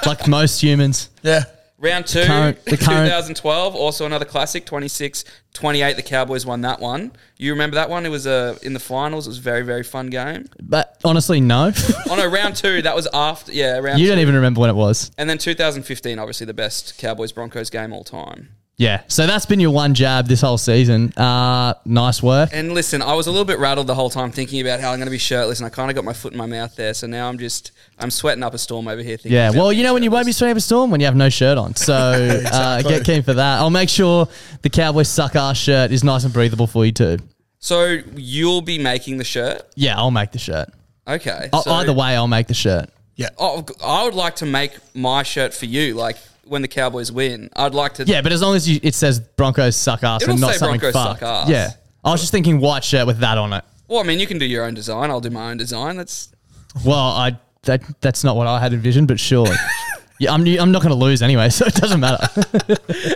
[SPEAKER 1] like most humans.
[SPEAKER 3] Yeah.
[SPEAKER 4] round two,
[SPEAKER 1] current- the current-
[SPEAKER 4] 2012, also another classic, 26-28. The Cowboys won that one. You remember that one? It was uh, in the finals. It was a very very fun game.
[SPEAKER 1] But honestly, no.
[SPEAKER 4] Oh no, round two. That was after yeah round.
[SPEAKER 1] you
[SPEAKER 4] two.
[SPEAKER 1] don't even remember when it was.
[SPEAKER 4] And then 2015, obviously the best Cowboys Broncos game all time.
[SPEAKER 1] Yeah. So that's been your one jab this whole season. Uh, nice work.
[SPEAKER 4] And listen, I was a little bit rattled the whole time thinking about how I'm going to be shirtless, and I kind of got my foot in my mouth there. So now I'm just I'm sweating up a storm over here. Thinking
[SPEAKER 1] Yeah.
[SPEAKER 4] about
[SPEAKER 1] Well, you
[SPEAKER 4] being
[SPEAKER 1] know when you won't be
[SPEAKER 4] shirtless.
[SPEAKER 1] swimming up a storm when you have no shirt on. So uh,
[SPEAKER 3] Exactly.
[SPEAKER 1] get keen for that. I'll make sure the Cowboys suck ass shirt is nice and breathable for you too.
[SPEAKER 4] So you'll be making the shirt,
[SPEAKER 1] Yeah, I'll make the shirt.
[SPEAKER 4] okay?
[SPEAKER 1] I-
[SPEAKER 4] so-
[SPEAKER 1] Oh, Either way, I'll make the shirt.
[SPEAKER 3] Yeah.
[SPEAKER 4] oh, I would like to make my shirt for you. Like when the Cowboys win, I'd like to.
[SPEAKER 1] Yeah, but as long as you, it says Broncos suck ass
[SPEAKER 4] It'll
[SPEAKER 1] and not
[SPEAKER 4] say
[SPEAKER 1] something
[SPEAKER 4] Broncos
[SPEAKER 1] fuck.
[SPEAKER 4] suck ass.
[SPEAKER 1] Yeah. I was just thinking white shirt with that on it.
[SPEAKER 4] Well, I mean, you can do your own design. I'll do my own design. That's
[SPEAKER 1] Well, I that that's not what I had envisioned, but sure. yeah, I'm I'm not going to lose anyway, so it doesn't matter.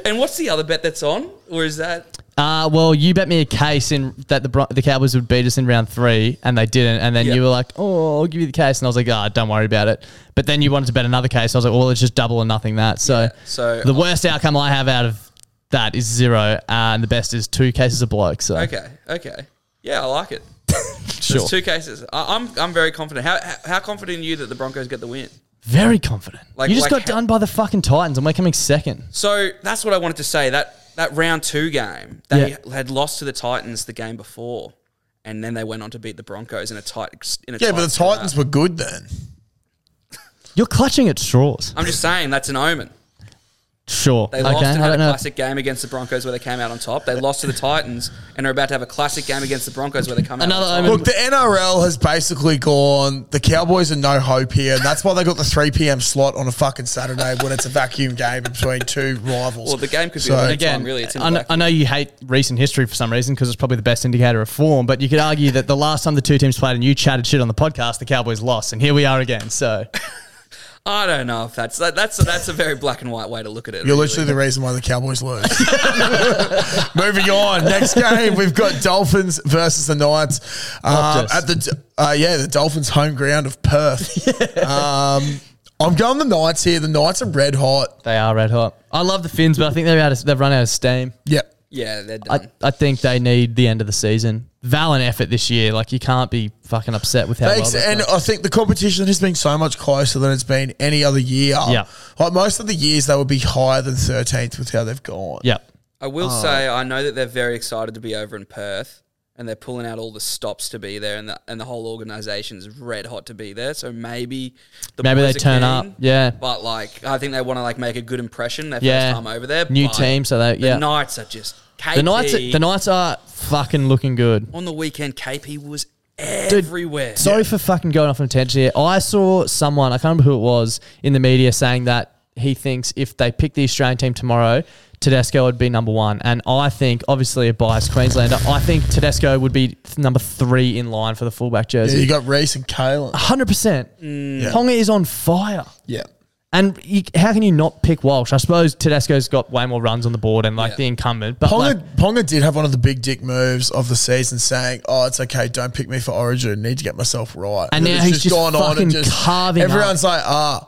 [SPEAKER 4] and what's the other bet that's on, or is that
[SPEAKER 1] uh, well, you bet me a case in that the Bron- the Cowboys would beat us in round three, and they didn't. And then
[SPEAKER 4] Yeah.
[SPEAKER 1] you were like, "Oh, I'll give you the case," and I was like, "Ah, don't worry about it." But then you wanted to bet another case. I was like, "Well, it's just double or nothing that." So,
[SPEAKER 4] so-
[SPEAKER 1] the worst outcome I have out of That is zero, uh, and the best is two cases a bloke. So
[SPEAKER 4] Okay, okay. Yeah, I like it.
[SPEAKER 1] sure,
[SPEAKER 4] There's two cases. I, I'm I'm very confident. How how- how confident are you that the Broncos get the win?
[SPEAKER 1] very confident.
[SPEAKER 4] Like-
[SPEAKER 1] you just
[SPEAKER 4] like
[SPEAKER 1] got
[SPEAKER 4] how-
[SPEAKER 1] done by the fucking Titans, and we're coming second.
[SPEAKER 4] So that's what I wanted to say. That that round two game, they
[SPEAKER 1] Yeah.
[SPEAKER 4] had lost to the Titans the game before, and then they went on to beat the Broncos in a tight. In a
[SPEAKER 3] Yeah,
[SPEAKER 4] tight
[SPEAKER 3] but the
[SPEAKER 4] score.
[SPEAKER 3] Titans were good then.
[SPEAKER 1] You're clutching at straws.
[SPEAKER 4] I'm just saying that's an omen.
[SPEAKER 1] Sure.
[SPEAKER 4] They
[SPEAKER 1] okay.
[SPEAKER 4] lost and
[SPEAKER 1] I
[SPEAKER 4] had a
[SPEAKER 1] don't know.
[SPEAKER 4] classic game against the Broncos where they came out on top. They lost to the Titans and are about to have a classic game against the Broncos where they come
[SPEAKER 1] Another
[SPEAKER 4] out. on top.
[SPEAKER 1] omen.
[SPEAKER 3] Look, the NRL has basically gone. The Cowboys are no hope here, and that's why they got the three PM slot on a fucking Saturday when it's a vacuum game between two rivals.
[SPEAKER 4] Well, the game could be
[SPEAKER 3] So-
[SPEAKER 4] the next
[SPEAKER 1] Again,
[SPEAKER 4] one, really. It's in the
[SPEAKER 1] I, kn-
[SPEAKER 4] back.
[SPEAKER 1] I know you hate recent history for some reason because it's probably the best indicator of form, but you could argue that the last time the two teams played and you chatted shit on the podcast, the Cowboys lost, and here we are again. So
[SPEAKER 4] I don't know if that's that, that's that's a very black and white way to look at it.
[SPEAKER 3] You're
[SPEAKER 4] really.
[SPEAKER 3] literally the reason why the Cowboys lose. Moving on. Next game, we've got Dolphins versus the Knights. Um,
[SPEAKER 1] Optus.
[SPEAKER 3] at the uh, yeah, the Dolphins' home ground of Perth. um, I'm going the Knights here. The Knights are red hot.
[SPEAKER 1] they are red hot. I love the Finns, but I think they're out of, they've run out of steam.
[SPEAKER 3] Yep.
[SPEAKER 4] yeah, they're
[SPEAKER 1] I,
[SPEAKER 4] done.
[SPEAKER 1] I think they need the end of the season. Valiant effort this year. Like you can't be fucking upset with how
[SPEAKER 3] Thanks.
[SPEAKER 1] well they've
[SPEAKER 3] and
[SPEAKER 1] done.
[SPEAKER 3] I think the competition has been so much closer than it's been any other year.
[SPEAKER 1] Yeah.
[SPEAKER 3] Like most of the years, they would be higher than 13th with how they've gone.
[SPEAKER 1] Yep.
[SPEAKER 4] I will
[SPEAKER 1] Oh.
[SPEAKER 4] say I know that they're very excited to be over in Perth, and they're pulling out all the stops to be there, and the, and the whole organisation's red hot to be there. So maybe the
[SPEAKER 1] Maybe they
[SPEAKER 4] boys are
[SPEAKER 1] turn up,
[SPEAKER 4] keen,
[SPEAKER 1] yeah.
[SPEAKER 4] But like, I think they want to like make a good impression. Their
[SPEAKER 1] Yeah.
[SPEAKER 4] first time over there,
[SPEAKER 1] New
[SPEAKER 4] but
[SPEAKER 1] team, so they-
[SPEAKER 4] the
[SPEAKER 1] yeah.
[SPEAKER 4] Knights are just KP.
[SPEAKER 1] The Knights, the Knights are fucking looking good.
[SPEAKER 4] on the weekend, KP was everywhere.
[SPEAKER 1] Sorry for fucking going off on a tangent here. I saw someone, I can't remember who it was, in the media saying that he thinks if they pick the Australian team tomorrow, Tedesco would be number one. And I think, obviously a biased Queenslander, I think Tedesco would be th- number three in line for the fullback
[SPEAKER 3] Yeah,
[SPEAKER 1] jersey.
[SPEAKER 3] you Mm. got Reese and Kalen.
[SPEAKER 1] Ah. 100%. Ponga is on fire.
[SPEAKER 3] Yeah.
[SPEAKER 1] And you, how can you not pick Walsh? I suppose Tedesco's got way more runs on the board and like the incumbent. But like,
[SPEAKER 3] Ponga, Ponga did have one of the big dick moves of the season, saying, "Oh, it's okay. Don't pick me for Origin. Need to get myself right."
[SPEAKER 1] And now
[SPEAKER 3] it's
[SPEAKER 1] he's just fucking carving
[SPEAKER 3] Everyone's like, "Ah,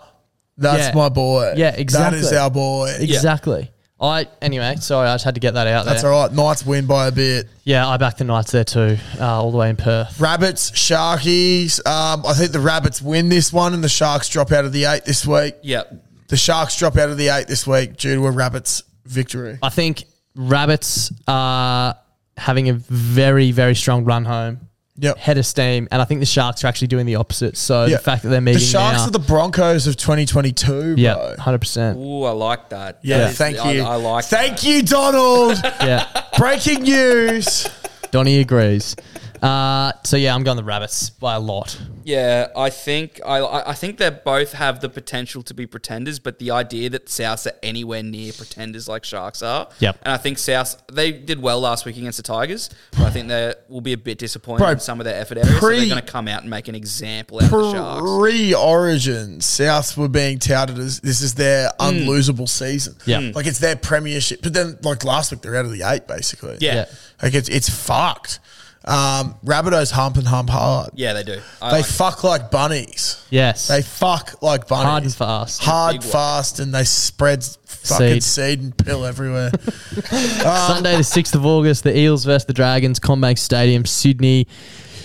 [SPEAKER 1] Yeah.
[SPEAKER 3] that's my boy.
[SPEAKER 1] Yeah,
[SPEAKER 3] That is
[SPEAKER 1] exactly.
[SPEAKER 3] our boy.
[SPEAKER 1] exactly. I anyway, sorry, I just had to get that out
[SPEAKER 3] That's
[SPEAKER 1] there.
[SPEAKER 3] all right. Knights win by a bit.
[SPEAKER 1] Yeah, I backed the Knights there too, uh, all the way in Perth.
[SPEAKER 3] Rabbits, Sharkies. Um, I think the Rabbits win this one, and the Sharks drop out of the eight this week.
[SPEAKER 4] Yep.
[SPEAKER 3] The Sharks drop out of the eight this week due to a Rabbits victory.
[SPEAKER 1] I think rabbits are having a very, very strong run home,
[SPEAKER 3] Yep.
[SPEAKER 1] head of steam, and I think the sharks are actually doing the opposite. So
[SPEAKER 3] Yeah.
[SPEAKER 1] the fact that they're meeting
[SPEAKER 3] the Sharks
[SPEAKER 1] now,
[SPEAKER 3] are the Broncos of 2022,
[SPEAKER 1] yeah,
[SPEAKER 3] bro.
[SPEAKER 1] hundred percent,
[SPEAKER 4] Ooh, I like that.
[SPEAKER 3] Yeah,
[SPEAKER 4] That is-
[SPEAKER 3] thank you.
[SPEAKER 4] I, I like.
[SPEAKER 3] Thank
[SPEAKER 4] that.
[SPEAKER 3] you, Donald.
[SPEAKER 1] yeah.
[SPEAKER 3] Breaking news.
[SPEAKER 1] Donnie agrees. Uh, so yeah, I'm going the rabbits by a lot.
[SPEAKER 4] Yeah, I think I- I I think they both have the potential to be pretenders, but the idea that Souths are anywhere near pretenders like Sharks are.
[SPEAKER 1] Yep.
[SPEAKER 4] And I think Souths they did well last week against the Tigers, but I think they will be a bit disappointed
[SPEAKER 3] Bro,
[SPEAKER 4] in some of their effort areas. so
[SPEAKER 3] pre-
[SPEAKER 4] they're going to come out and make an example out of the Sharks.
[SPEAKER 3] Pre origin, Souths were being touted as this is their
[SPEAKER 4] Hmm.
[SPEAKER 3] unlosable season.
[SPEAKER 1] Yeah. Mm.
[SPEAKER 3] Like it's their premiership. But then, like last week, they're out of the eight, basically.
[SPEAKER 1] Yeah.
[SPEAKER 4] Yeah. yeah,
[SPEAKER 3] Like it's, it's fucked. Um, Rabbitohs hump and hump hard.
[SPEAKER 4] they do. I
[SPEAKER 3] They
[SPEAKER 4] like-
[SPEAKER 3] fuck like bunnies.
[SPEAKER 1] Yes,
[SPEAKER 3] They fuck like bunnies.
[SPEAKER 1] hard and fast.
[SPEAKER 3] Hard,
[SPEAKER 4] Big one.
[SPEAKER 3] fast, and they spread fucking
[SPEAKER 1] Seed.
[SPEAKER 3] seed, and pill everywhere.
[SPEAKER 1] Sunday the sixth of August, the Eels versus the Dragons, Combank Stadium, Sydney.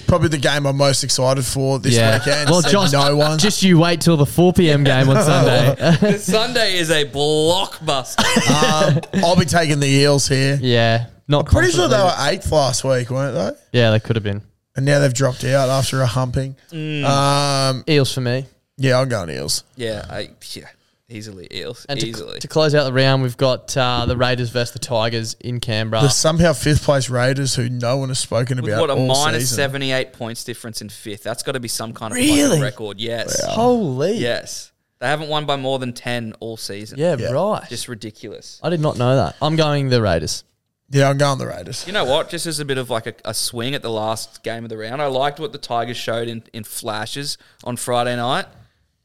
[SPEAKER 3] Probably the game I'm most excited for this
[SPEAKER 1] Yeah,
[SPEAKER 3] weekend.
[SPEAKER 1] well,
[SPEAKER 3] Said
[SPEAKER 1] just
[SPEAKER 3] no one.
[SPEAKER 1] Just you wait till the four pm game on Sunday.
[SPEAKER 4] Sunday is a blockbuster.
[SPEAKER 3] Um, I'll be taking the eels here.
[SPEAKER 1] yeah, not
[SPEAKER 3] Pretty sure they
[SPEAKER 1] confidently.
[SPEAKER 3] were eighth last week, weren't they?
[SPEAKER 1] Yeah, they could have been
[SPEAKER 3] And now they've dropped out after a humping.
[SPEAKER 4] Mm.
[SPEAKER 3] Um,
[SPEAKER 1] Eels for me.
[SPEAKER 3] yeah, I'm going eels.
[SPEAKER 4] yeah, I, yeah, easily eels,
[SPEAKER 1] And to,
[SPEAKER 4] easily.
[SPEAKER 1] to close out the round, we've got uh, the Raiders versus the Tigers in Canberra.
[SPEAKER 3] The somehow fifth place Raiders, who no one has spoken
[SPEAKER 4] with
[SPEAKER 3] about.
[SPEAKER 4] what a
[SPEAKER 3] all
[SPEAKER 4] minus
[SPEAKER 3] season.
[SPEAKER 4] 78 points difference in fifth. That's got to be some kind of
[SPEAKER 1] Really?
[SPEAKER 4] fucking record. Yes.
[SPEAKER 1] Holy.
[SPEAKER 4] Yes. They haven't won by more than 10 all season.
[SPEAKER 1] Yeah,
[SPEAKER 3] Yeah.
[SPEAKER 1] right.
[SPEAKER 4] Just ridiculous.
[SPEAKER 1] I did not know that. I'm going the Raiders.
[SPEAKER 3] Yeah, I'm going the Raiders.
[SPEAKER 4] You know what? Just as a bit of like a, a swing at the last game of the round, I liked what the Tigers showed in, in flashes on Friday night.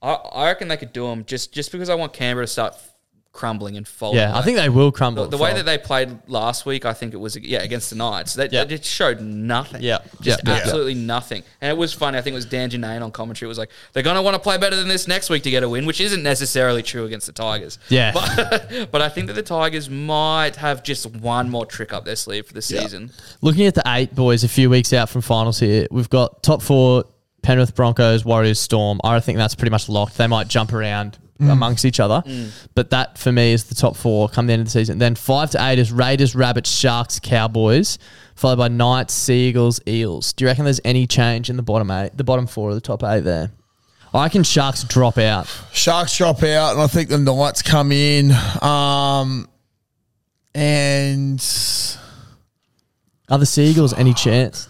[SPEAKER 4] I, I reckon they could do them just, just because I want Canberra to start f- crumbling and folding.
[SPEAKER 1] Yeah, I
[SPEAKER 4] Like,
[SPEAKER 1] think they will crumble.
[SPEAKER 4] the, the way that they played last week, I think it was yeah against the Knights. They,
[SPEAKER 1] Yeah.
[SPEAKER 4] they just showed nothing.
[SPEAKER 1] Yeah.
[SPEAKER 4] just
[SPEAKER 1] Yeah.
[SPEAKER 4] absolutely nothing. And it was funny. I think it was Dan Janane on commentary. It was like they're going to want to play better than this next week to get a win, which isn't necessarily true against the Tigers.
[SPEAKER 1] Yeah.
[SPEAKER 4] but, but I think that the Tigers might have just one more trick up their sleeve for the season.
[SPEAKER 1] Looking at the eight boys a few weeks out from finals here, we've got top four Penrith Broncos, Warriors, Storm. I think that's pretty much locked. They might jump around amongst each other,
[SPEAKER 4] Mm.
[SPEAKER 1] but that for me is the top four come the end of the season. Then five to eight is Raiders, Rabbits, Sharks, Cowboys, followed by Knights, Seagulls, Eels. Do you reckon there's any change in the bottom eight, the bottom four of the top eight there? I reckon Sharks drop out.
[SPEAKER 3] Sharks drop out, and I think the Knights come in. Um, and
[SPEAKER 1] Are the Seagulls any chance?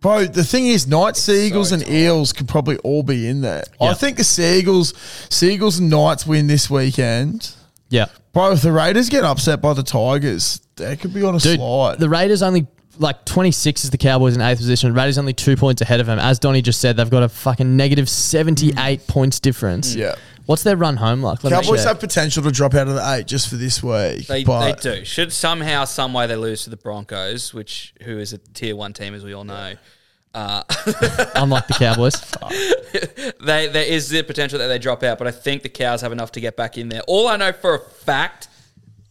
[SPEAKER 3] bro, the thing is, Knights, Seagulls, and Eels could probably all be in there. I
[SPEAKER 1] Yeah.
[SPEAKER 3] think the Seagulls, Seagulls and Knights win this weekend.
[SPEAKER 1] Yeah.
[SPEAKER 3] Bro, if the Raiders get upset by the Tigers, they could be on a
[SPEAKER 1] Dude,
[SPEAKER 3] slide.
[SPEAKER 1] the Raiders only like 26 is the Cowboys in eighth position. Raiders only two points ahead of them. As Donny just said, they've got a fucking negative 78 points difference.
[SPEAKER 3] Yeah.
[SPEAKER 1] What's their run home like? Let me
[SPEAKER 3] Cowboys
[SPEAKER 1] check.
[SPEAKER 3] have potential to drop out of the eight just for this week.
[SPEAKER 4] They, they
[SPEAKER 3] but
[SPEAKER 4] do. Should somehow, some way, they lose to the Broncos, which who is a tier one team, as we all know.
[SPEAKER 1] unlike the Cowboys.
[SPEAKER 4] They there is the potential that they drop out, but I think the cows have enough to get back in there. All I know for a fact,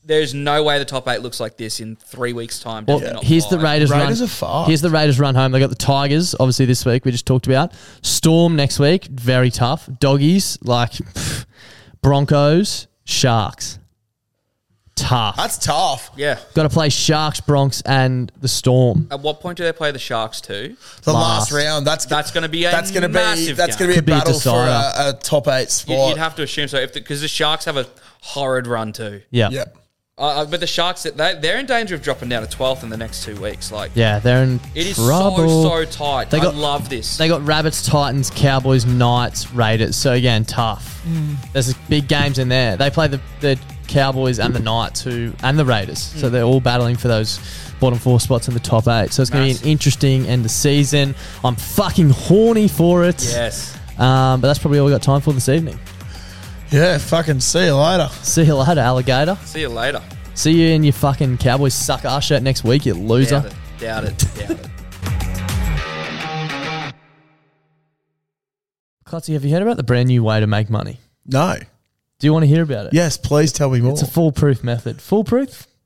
[SPEAKER 4] there's no way the top eight looks like this in three weeks' time.
[SPEAKER 1] Well,
[SPEAKER 4] definitely not
[SPEAKER 1] here's the
[SPEAKER 4] five.
[SPEAKER 1] Raiders,
[SPEAKER 3] Raiders
[SPEAKER 1] run.
[SPEAKER 3] are fucked.
[SPEAKER 1] Here's the Raiders run home. They got the Tigers obviously this week we just talked about. Storm next week, very tough. Doggies like pff, Broncos, Sharks. Tough.
[SPEAKER 3] that's tough.
[SPEAKER 4] Yeah.
[SPEAKER 1] got to play Sharks, Bronx and the Storm.
[SPEAKER 4] At what point do they play the Sharks too?
[SPEAKER 3] The
[SPEAKER 1] Last.
[SPEAKER 3] last, round, that's
[SPEAKER 4] That's gonna be a
[SPEAKER 3] that's gonna be
[SPEAKER 4] massive
[SPEAKER 3] that's
[SPEAKER 4] game.
[SPEAKER 3] gonna be a
[SPEAKER 1] Could be a
[SPEAKER 3] battle for a, a
[SPEAKER 1] decider.
[SPEAKER 3] top eight
[SPEAKER 4] You,
[SPEAKER 3] spot.
[SPEAKER 4] you'd have to assume so, if because the, Sharks have a horrid run too.
[SPEAKER 1] Yeah.
[SPEAKER 3] yeah.
[SPEAKER 4] Uh, uh, but the Sharks, they, they're in danger of dropping down to twelfth in the next two weeks. Like
[SPEAKER 1] Yeah, they're in
[SPEAKER 4] it is
[SPEAKER 1] trouble.
[SPEAKER 4] so so tight.
[SPEAKER 1] They got-
[SPEAKER 4] I love this.
[SPEAKER 1] They got Rabbits, Titans, Cowboys, Knights, Raiders. So again, tough. There's big games in there. They play the, the Cowboys and the Knights who and the Raiders. So they're all battling for those bottom four spots in the top eight. So it's going to be
[SPEAKER 4] Massive.
[SPEAKER 1] an interesting end of season. I'm fucking horny for it.
[SPEAKER 4] yes.
[SPEAKER 1] Um, but that's probably all we got time for this evening.
[SPEAKER 3] Yeah, fucking see you later.
[SPEAKER 1] See you later, alligator.
[SPEAKER 4] See you later.
[SPEAKER 1] See you in your fucking Cowboys suck ass shirt next week, you loser.
[SPEAKER 4] Doubt it. Doubt it. Doubt it.
[SPEAKER 1] Clutzy, have you heard about the brand new way to make money?
[SPEAKER 3] No.
[SPEAKER 1] Do you want to hear about it?
[SPEAKER 3] Yes, please tell me more.
[SPEAKER 1] It's a foolproof method. Foolproof?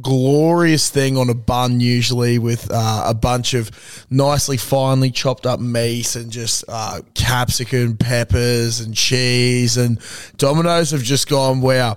[SPEAKER 3] glorious thing on a bun, usually with uh, a bunch of nicely finely chopped up meat and just uh, capsicum, peppers, and cheese. And Domino's have just gone, wow.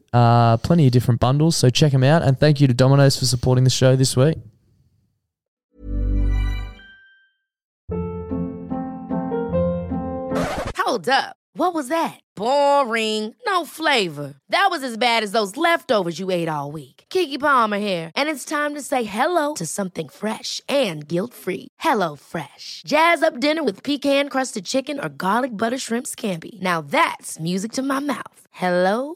[SPEAKER 1] Uh, plenty of different bundles, so check them out. And thank you to Domino's for supporting the show this week.
[SPEAKER 5] Hold up. What was that? Boring. No flavor. That was as bad as those leftovers you ate all week. Kiki Palmer here, and it's time to say hello to something fresh and guilt-free. Hello Fresh. Jazz up dinner with pecan-crusted chicken or garlic butter shrimp scampi. Now that's music to my mouth. Hello